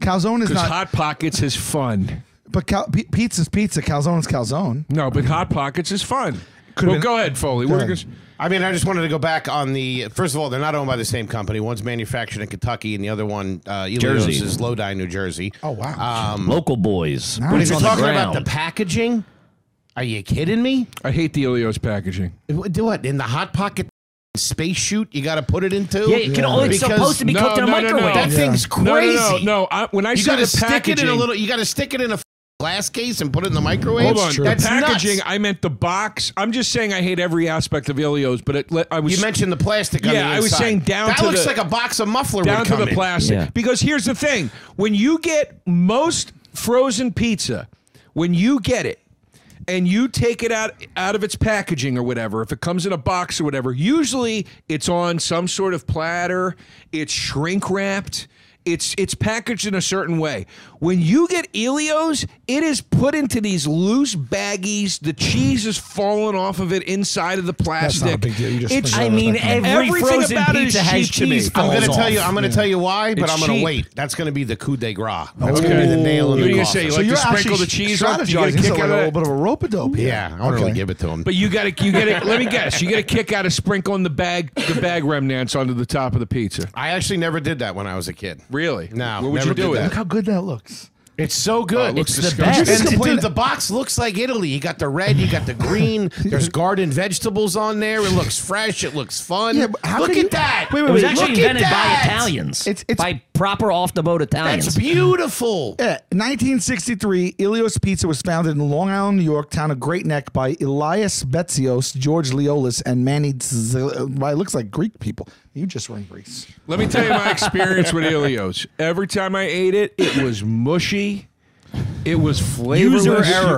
Speaker 1: Calzone is
Speaker 2: Because
Speaker 1: not,
Speaker 2: hot pockets is fun.
Speaker 1: but cal- pi- pizza's pizza. Calzone is calzone.
Speaker 2: No, but hot pockets is fun.
Speaker 1: Could've
Speaker 2: well,
Speaker 1: been-
Speaker 2: go ahead, Foley. We're
Speaker 1: ahead.
Speaker 2: gonna-
Speaker 5: I mean, I just wanted to go back on the. First of all, they're not owned by the same company. One's manufactured in Kentucky, and the other one, uh, Elio's
Speaker 10: Jersey.
Speaker 5: is Lodi, New Jersey.
Speaker 1: Oh wow!
Speaker 10: Local boys.
Speaker 5: But if
Speaker 1: It's
Speaker 5: you're
Speaker 1: on the
Speaker 5: talking about the
Speaker 10: ground.
Speaker 5: packaging, are you kidding me?
Speaker 2: I hate the Elio's packaging.
Speaker 5: What- Do what in the hot pocket space shoot? You got to put it into?
Speaker 10: Yeah, it can only, it's
Speaker 5: Because-
Speaker 10: supposed to be
Speaker 2: No,
Speaker 10: cooked in a
Speaker 2: no, no, no.
Speaker 10: microwave.
Speaker 5: That thing's
Speaker 2: No,
Speaker 5: crazy.
Speaker 2: No, no, no. I, when I
Speaker 5: You
Speaker 2: see
Speaker 5: got to
Speaker 2: the
Speaker 5: stick it in a
Speaker 2: packaging-
Speaker 5: little. You got to stick it in a glass case and put it in the microwave.
Speaker 2: Hold on,
Speaker 5: That's
Speaker 2: the packaging.
Speaker 5: Nuts.
Speaker 2: I meant the box. I'm just saying I hate every aspect of Elio's, but it, let- I was
Speaker 5: You mentioned the plastic. on
Speaker 2: Yeah,
Speaker 5: the
Speaker 2: I was
Speaker 5: inside.
Speaker 2: saying down
Speaker 5: That
Speaker 2: to
Speaker 5: looks
Speaker 2: the-
Speaker 5: like a box of muffler.
Speaker 2: down
Speaker 5: would
Speaker 2: to
Speaker 5: come
Speaker 2: the
Speaker 5: in.
Speaker 2: plastic.
Speaker 10: Yeah.
Speaker 2: Because here's the thing: when you get most frozen pizza, when you get it and you take it out out of its packaging or whatever, if it comes in a box or whatever, usually it's on some sort of platter. It's shrink wrapped. It's it's packaged in a certain way. When you get Elio's, it is put into these loose baggies. The cheese is falling off of it inside of the plastic.
Speaker 1: not a big deal. You just
Speaker 2: It's-
Speaker 1: sprinkle
Speaker 10: I mean, every
Speaker 2: Everything
Speaker 10: frozen
Speaker 2: about it
Speaker 10: pizza
Speaker 2: is
Speaker 10: has
Speaker 2: cheap to me.
Speaker 10: cheese.
Speaker 5: I'm gonna
Speaker 10: falls
Speaker 5: tell you.
Speaker 10: off.
Speaker 5: I'm gonna tell you why, but
Speaker 2: It's
Speaker 5: I'm gonna
Speaker 2: cheap.
Speaker 5: wait. That's gonna be the coup de grace. That's gonna be
Speaker 1: Ooh.
Speaker 5: the nail in
Speaker 2: What
Speaker 5: the
Speaker 2: are you gonna say?
Speaker 5: coffin.
Speaker 2: like to sprinkle the
Speaker 1: actually
Speaker 2: cheese up? You get a
Speaker 1: strategizing.
Speaker 2: kick
Speaker 1: So
Speaker 2: out
Speaker 1: like a
Speaker 2: of
Speaker 1: little
Speaker 2: that?
Speaker 1: bit of a rope a dope.
Speaker 5: Yeah, I don't really give it to him.
Speaker 2: But you gotta, you gotta. let me guess. You gotta kick out a sprinkle in the bag, the bag remnants onto the top of the pizza.
Speaker 5: I actually never did that when I was a kid.
Speaker 2: Really?
Speaker 5: No,
Speaker 2: What would
Speaker 5: never
Speaker 2: you do
Speaker 5: did
Speaker 2: with
Speaker 5: that.
Speaker 1: Look how good that looks.
Speaker 5: It's so good.
Speaker 2: looks It's the
Speaker 10: Oh, disgusting. best.
Speaker 5: And,
Speaker 1: Complain-
Speaker 5: dude, the box looks like Italy. You got the red, you got the green. There's garden vegetables on there. It looks fresh. It looks fun.
Speaker 1: Yeah, but how
Speaker 5: Look
Speaker 1: can
Speaker 5: at
Speaker 1: you-
Speaker 5: that.
Speaker 1: Wait, wait,
Speaker 10: It was
Speaker 1: wait,
Speaker 10: actually
Speaker 5: look at
Speaker 10: invented by
Speaker 5: that.
Speaker 10: Italians.
Speaker 1: It's- it's-
Speaker 10: by proper off the boat Italians.
Speaker 5: That's beautiful.
Speaker 1: Yeah, 1963, Ilios Pizza was founded in Long Island, New York, town of Great Neck, by Elias Betzios, George Leolis, and Manny. Z- why it looks like Greek people. You just were in Greece.
Speaker 2: Let me tell you my experience with Elio's. Every time I ate it, it was mushy. It was flavorless.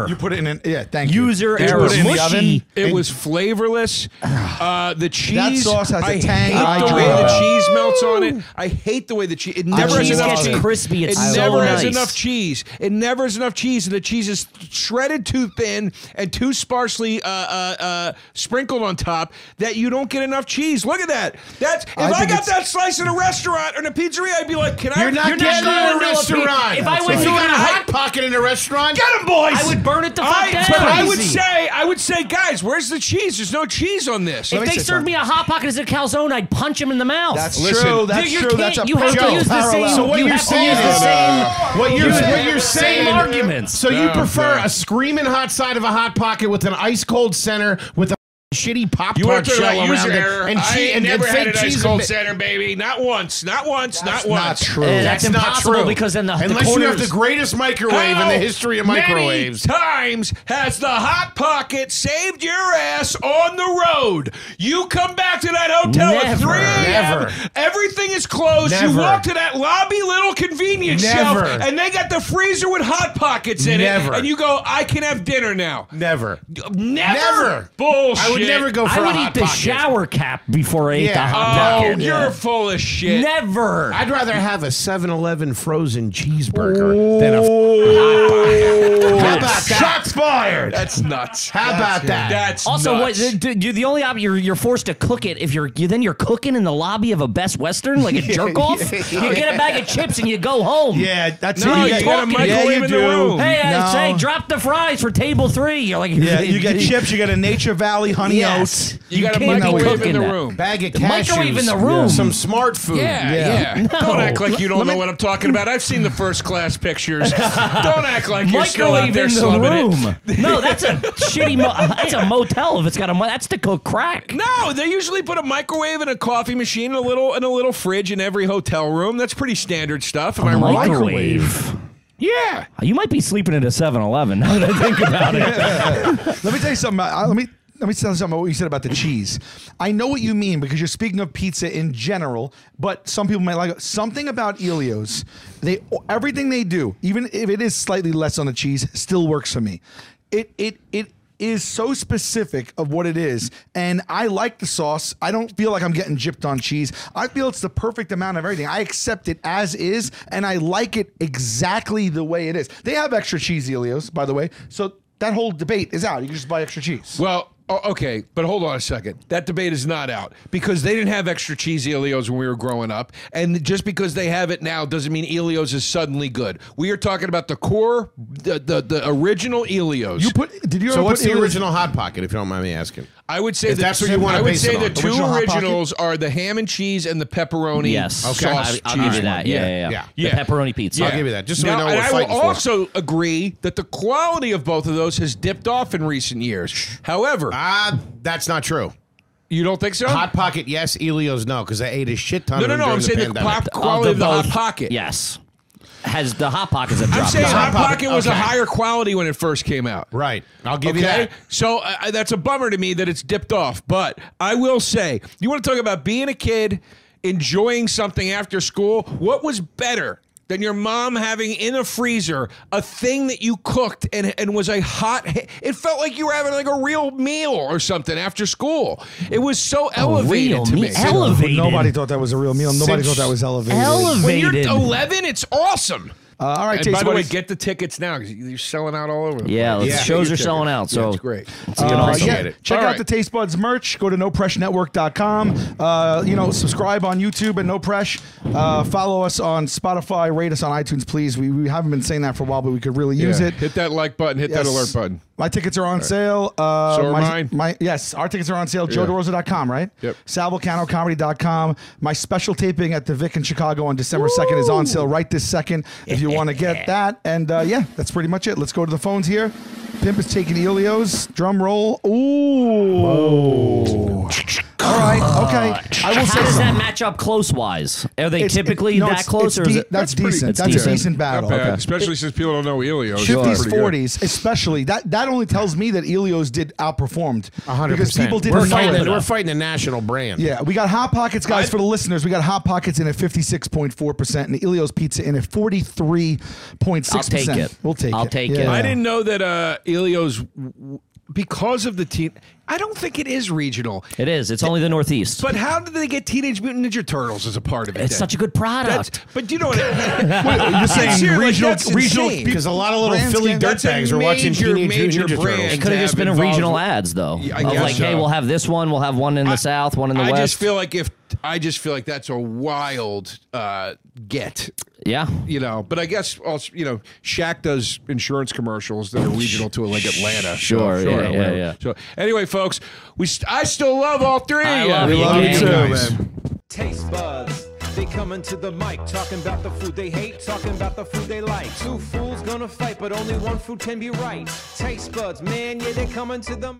Speaker 1: You put it in. An, yeah, thank you.
Speaker 10: User
Speaker 2: It
Speaker 10: error.
Speaker 2: was in the
Speaker 10: Mushy.
Speaker 1: oven.
Speaker 2: It was flavorless. Uh, the cheese.
Speaker 1: sauce has a
Speaker 2: I
Speaker 1: tang
Speaker 2: hate
Speaker 1: I
Speaker 2: the way
Speaker 1: dream
Speaker 2: the
Speaker 1: about.
Speaker 2: cheese melts on it. I hate the way the cheese. It never has
Speaker 10: cheese
Speaker 2: enough
Speaker 10: gets
Speaker 2: cheese.
Speaker 10: crispy. It's
Speaker 2: it
Speaker 10: so
Speaker 2: never has
Speaker 10: nice.
Speaker 2: enough cheese. It never has enough cheese, and the cheese is shredded too thin and too sparsely uh, uh, uh, sprinkled on top that you don't get enough cheese. Look at that. That's if I,
Speaker 1: I think
Speaker 2: got
Speaker 1: it's-
Speaker 2: that slice in a restaurant or in a pizzeria, I'd be like, "Can I?"
Speaker 5: You're not
Speaker 2: You're
Speaker 5: getting
Speaker 2: not
Speaker 5: in
Speaker 10: going
Speaker 5: a
Speaker 10: to a
Speaker 5: restaurant.
Speaker 10: pizza- if I went
Speaker 5: you
Speaker 10: to
Speaker 5: got
Speaker 10: a
Speaker 5: a
Speaker 10: hot-
Speaker 5: hot pocket in a
Speaker 12: a restaurant?
Speaker 2: Get them, boys!
Speaker 10: I would burn it the fuck
Speaker 2: I,
Speaker 10: down.
Speaker 2: but I would
Speaker 10: Crazy.
Speaker 2: say, I would say, guys, where's the cheese? There's no cheese on this.
Speaker 10: If they served me a hot pocket as a calzone, I'd punch him in the mouth.
Speaker 1: That's Listen, true, that's
Speaker 10: Dude, you
Speaker 1: true,
Speaker 10: can't-
Speaker 1: that's a
Speaker 10: you have to
Speaker 1: perfect
Speaker 10: use the
Speaker 1: parallel.
Speaker 10: same.
Speaker 12: So what
Speaker 10: you
Speaker 12: you're
Speaker 10: have to
Speaker 12: saying
Speaker 10: use the
Speaker 12: is-
Speaker 10: same.
Speaker 12: What you're,
Speaker 10: you have
Speaker 12: what you're
Speaker 10: the
Speaker 12: saying?
Speaker 10: Same arguments.
Speaker 12: So you
Speaker 2: No,
Speaker 12: prefer
Speaker 2: no.
Speaker 12: a screaming hot side of a hot pocket with an ice cold center with a shitty pop
Speaker 2: You
Speaker 12: tart
Speaker 2: want to talk
Speaker 12: shell
Speaker 2: about
Speaker 12: around
Speaker 2: user
Speaker 12: it
Speaker 2: error?
Speaker 12: and
Speaker 2: I
Speaker 12: cheese
Speaker 2: ain't
Speaker 12: and, and
Speaker 2: never had
Speaker 12: fake
Speaker 2: an ice
Speaker 12: cheese
Speaker 2: cold
Speaker 12: and bit-
Speaker 2: center, baby. Not once. Not once.
Speaker 13: That's
Speaker 2: not
Speaker 13: not
Speaker 2: once.
Speaker 13: true.
Speaker 10: Uh,
Speaker 12: That's,
Speaker 10: that's
Speaker 12: not
Speaker 10: impossible
Speaker 12: true
Speaker 10: because then the, the
Speaker 12: unless you have
Speaker 10: corners-
Speaker 12: the greatest microwave in the history of
Speaker 2: How many
Speaker 12: microwaves.
Speaker 2: times has the hot pocket saved your ass on the road? You come back to that hotel at
Speaker 10: Never.
Speaker 2: 3 a.m.
Speaker 12: Never.
Speaker 2: Everything is closed. You
Speaker 12: Never.
Speaker 2: walk to that lobby little convenience
Speaker 12: Never.
Speaker 2: shelf, and they got the freezer with hot pockets in
Speaker 12: Never.
Speaker 2: it. And you go, I can have dinner now.
Speaker 12: Never.
Speaker 2: Never.
Speaker 12: Never.
Speaker 2: Bullshit.
Speaker 12: I would never go for
Speaker 10: I
Speaker 12: a
Speaker 10: would
Speaker 12: hot
Speaker 10: eat the
Speaker 12: pocket.
Speaker 10: shower cap before I ate the
Speaker 12: Yeah.
Speaker 10: hot
Speaker 2: Oh,
Speaker 10: pocket.
Speaker 2: you're full of shit.
Speaker 10: Never.
Speaker 12: I'd rather have a 7-Eleven frozen cheeseburger than a f- How about that? Shots fired.
Speaker 2: That's nuts.
Speaker 12: How about that?
Speaker 2: That's
Speaker 10: also, what
Speaker 2: nuts.
Speaker 10: the, the, the only option you're, you're forced to cook it if you're you, then you're cooking in the lobby of a Best Western like a jerk off. You get a bag of chips and you go home.
Speaker 1: Yeah, that's
Speaker 2: No,
Speaker 1: it.
Speaker 2: you got a
Speaker 1: yeah,
Speaker 2: microwave in
Speaker 1: you
Speaker 2: the
Speaker 1: do.
Speaker 2: room.
Speaker 10: Hey, I
Speaker 13: No.
Speaker 10: say drop the fries for table three. You're like,
Speaker 13: Yeah, you get chips. You get a Nature Valley honey
Speaker 10: Yes.
Speaker 13: oat.
Speaker 2: You, got a
Speaker 10: can't be
Speaker 2: microwave in
Speaker 10: cooking
Speaker 2: the
Speaker 10: that.
Speaker 2: room.
Speaker 12: Bag of
Speaker 10: The
Speaker 12: cashews.
Speaker 10: microwave in the room.
Speaker 12: Some smart food.
Speaker 2: Yeah, yeah.
Speaker 13: Yeah.
Speaker 2: Don't
Speaker 10: No.
Speaker 2: act like you don't know what I'm talking about. I've seen the first class pictures. don't act like you're still out
Speaker 10: Microwave
Speaker 2: there
Speaker 10: in the
Speaker 2: slumming
Speaker 10: room.
Speaker 2: it.
Speaker 10: No, that's a shitty. Mo- uh, that's a motel. If it's got a, mo- that's to cook crack.
Speaker 2: No, they usually put a microwave and a coffee machine, and a little and a little fridge in every hotel room. That's pretty standard stuff. Am I wrong?
Speaker 10: microwave. Uh,
Speaker 2: Yeah.
Speaker 10: You might be sleeping at a 7-Eleven now that I think about it.
Speaker 13: Let me tell you something. About, uh, let me let me tell you something about what you said about the cheese. I know what you mean because you're speaking of pizza in general, but some people might like it. something about Elio's. They everything they do, even if it is slightly less on the cheese, still works for me. It it it is so specific of what it is and i like the sauce i don't feel like i'm getting gypped on cheese i feel it's the perfect amount of everything i accept it as is and i like it exactly the way it is they have extra cheese elios by the way so that whole debate is out. You can just buy extra cheese.
Speaker 2: Well, o- okay, but hold on a second. That debate is not out because they didn't have extra cheese Elios when we were growing up, and just because they have it now doesn't mean Elios is suddenly good. We are talking about the core, the the, the original Elios.
Speaker 13: You put? Did you
Speaker 12: So
Speaker 13: ever
Speaker 12: what's
Speaker 13: put
Speaker 12: the
Speaker 13: Elio's-
Speaker 12: original Hot Pocket, if you don't mind me asking?
Speaker 2: I would say
Speaker 12: If
Speaker 2: the
Speaker 12: that's what
Speaker 2: two-
Speaker 12: you wanna
Speaker 2: I would
Speaker 12: base
Speaker 2: say
Speaker 12: it
Speaker 2: the
Speaker 12: on.
Speaker 2: two
Speaker 13: Original Hot Pocket?
Speaker 2: originals are the ham and cheese and the pepperoni.
Speaker 10: Yes.
Speaker 2: sauce
Speaker 10: Okay. I- I'll give
Speaker 2: cheese
Speaker 10: you that.
Speaker 2: one.
Speaker 10: Yeah, yeah, yeah. The pepperoni pizza. I'll
Speaker 12: give you that, just so we
Speaker 2: Now,
Speaker 12: know
Speaker 2: and
Speaker 12: we're
Speaker 2: I will
Speaker 12: fighting for.
Speaker 2: also agree that the quality of both of those has dipped off in recent years. However,
Speaker 12: Ah, that's not true.
Speaker 2: you don't think so?
Speaker 12: Hot Pocket, yes. Elio's, no, because I ate a shit ton
Speaker 2: no,
Speaker 12: of
Speaker 2: no,
Speaker 12: them
Speaker 2: no.
Speaker 12: during
Speaker 2: I'm
Speaker 12: the
Speaker 2: saying the
Speaker 12: pandemic.
Speaker 2: pop quality of the hot
Speaker 10: both-
Speaker 2: pocket.
Speaker 10: Yes. Has the hot pockets have
Speaker 2: I'm
Speaker 10: dropped
Speaker 2: saying
Speaker 10: off.
Speaker 2: Hot
Speaker 12: Hot
Speaker 2: Pocket,
Speaker 12: Pocket,
Speaker 2: was a
Speaker 12: okay.
Speaker 2: higher quality when it first came out.
Speaker 12: Right. I'll give
Speaker 2: okay?
Speaker 12: you that.
Speaker 2: So uh, uh, that's a bummer to me that it's dipped off. But I will say, you want to talk about being a kid, enjoying something after school? What was better? Than your mom having in a freezer a thing that you cooked and, and was a hot. hi- It felt like you were having like a real meal or something after school. It was so elevated
Speaker 10: real
Speaker 2: to me.
Speaker 10: meal. Elevated.
Speaker 13: Nobody thought that was a real meal. Nobody
Speaker 12: Since-
Speaker 13: thought that was elevated.
Speaker 10: Elevated.
Speaker 2: When you're 11, it's awesome.
Speaker 13: Uh, all right,
Speaker 2: and by
Speaker 13: Chase.
Speaker 2: the
Speaker 13: What
Speaker 2: way,
Speaker 13: is,
Speaker 2: get the tickets now because you're selling out all over. the
Speaker 10: Yeah,
Speaker 2: place.
Speaker 10: let's- shows are selling out, so
Speaker 2: it's great.
Speaker 10: It's a good
Speaker 13: uh,
Speaker 10: offer.
Speaker 13: yeah, check
Speaker 2: All
Speaker 13: out
Speaker 2: right.
Speaker 13: the Taste Buds merch. Go to nopreshnetwork.com. Uh, you know, subscribe on YouTube at No Presh. Uh, follow us on Spotify. Rate us on iTunes, please. We, we haven't been saying that for a while, but we could really use
Speaker 2: Yeah.
Speaker 13: it.
Speaker 2: Hit that like button. Hit that
Speaker 13: Yes.
Speaker 2: alert button.
Speaker 13: My tickets are on sale. Uh,
Speaker 2: So are
Speaker 13: my,
Speaker 2: mine.
Speaker 13: My, yes, our tickets are on sale. JoeDeRosa.com, right?
Speaker 2: Yep.
Speaker 13: SalVolcanoComedy.com. My special taping at the Vic in Chicago on December 2nd is on sale right this second if you want to get that. And uh, yeah, that's pretty much it. Let's go to the phones here. Pimp is taking Elio's. Drum roll. Ooh. All right. Okay. I will say
Speaker 10: How does
Speaker 13: something.
Speaker 10: that match up close wise? Are they
Speaker 13: It's- it-
Speaker 10: typically
Speaker 13: no,
Speaker 10: that
Speaker 13: it's-
Speaker 10: close
Speaker 13: it's
Speaker 10: or is
Speaker 13: de-
Speaker 10: it?
Speaker 13: that's decent.
Speaker 10: It's
Speaker 13: That's a decent
Speaker 2: Not
Speaker 13: battle.
Speaker 2: bad, especially since people don't know Elio.
Speaker 13: 50s, 40s, especially that that only tells me that Elio's did outperformed
Speaker 12: 100%.
Speaker 13: because people didn't
Speaker 12: we're
Speaker 13: know
Speaker 12: fighting,
Speaker 13: it.
Speaker 12: we're fighting a national brand.
Speaker 13: Yeah, we got Hot Pockets, guys, for the listeners. We got Hot Pockets in at 56.4% and Elio's Pizza in at 43.6%.
Speaker 10: I'll take it.
Speaker 13: We'll take
Speaker 10: I'll
Speaker 13: it.
Speaker 10: take it.
Speaker 2: I didn't know that uh, Elio's w- because of the team. I don't think it is regional.
Speaker 10: It is. It's only the Northeast.
Speaker 2: But how did they get Teenage Mutant Ninja Turtles as a part of it?
Speaker 10: It's
Speaker 2: then?
Speaker 10: such a good product.
Speaker 2: That's- but you know what?
Speaker 10: Wait, you're saying regional- regional pe-
Speaker 2: because
Speaker 10: a lot of little Philly dirtbags are watching Teenage Mutant Ninja Turtles. It could have just been a regional ads, though.
Speaker 14: Yeah, I
Speaker 10: of
Speaker 14: guess
Speaker 10: like, hey,
Speaker 14: so.
Speaker 10: we'll have this one, we'll have one in the South, one in the
Speaker 2: I
Speaker 10: West.
Speaker 2: just feel like if I just feel like that's a wild uh, get.
Speaker 10: Yeah,
Speaker 2: you know, but I guess also you know Shaq does insurance commercials that are regional to like Atlanta. So,
Speaker 10: Sure, yeah, yeah,
Speaker 2: whatever.
Speaker 10: yeah.
Speaker 2: So anyway, folks, we st- I still love all three.
Speaker 4: I
Speaker 2: of
Speaker 4: love
Speaker 2: you.
Speaker 4: you, gang.
Speaker 2: guys.
Speaker 4: Taste buds. They coming to the mic, talking about the food they hate, talking about the food they like. Two fools gonna fight, but only one food can be right. Taste buds, man, yeah, they coming to the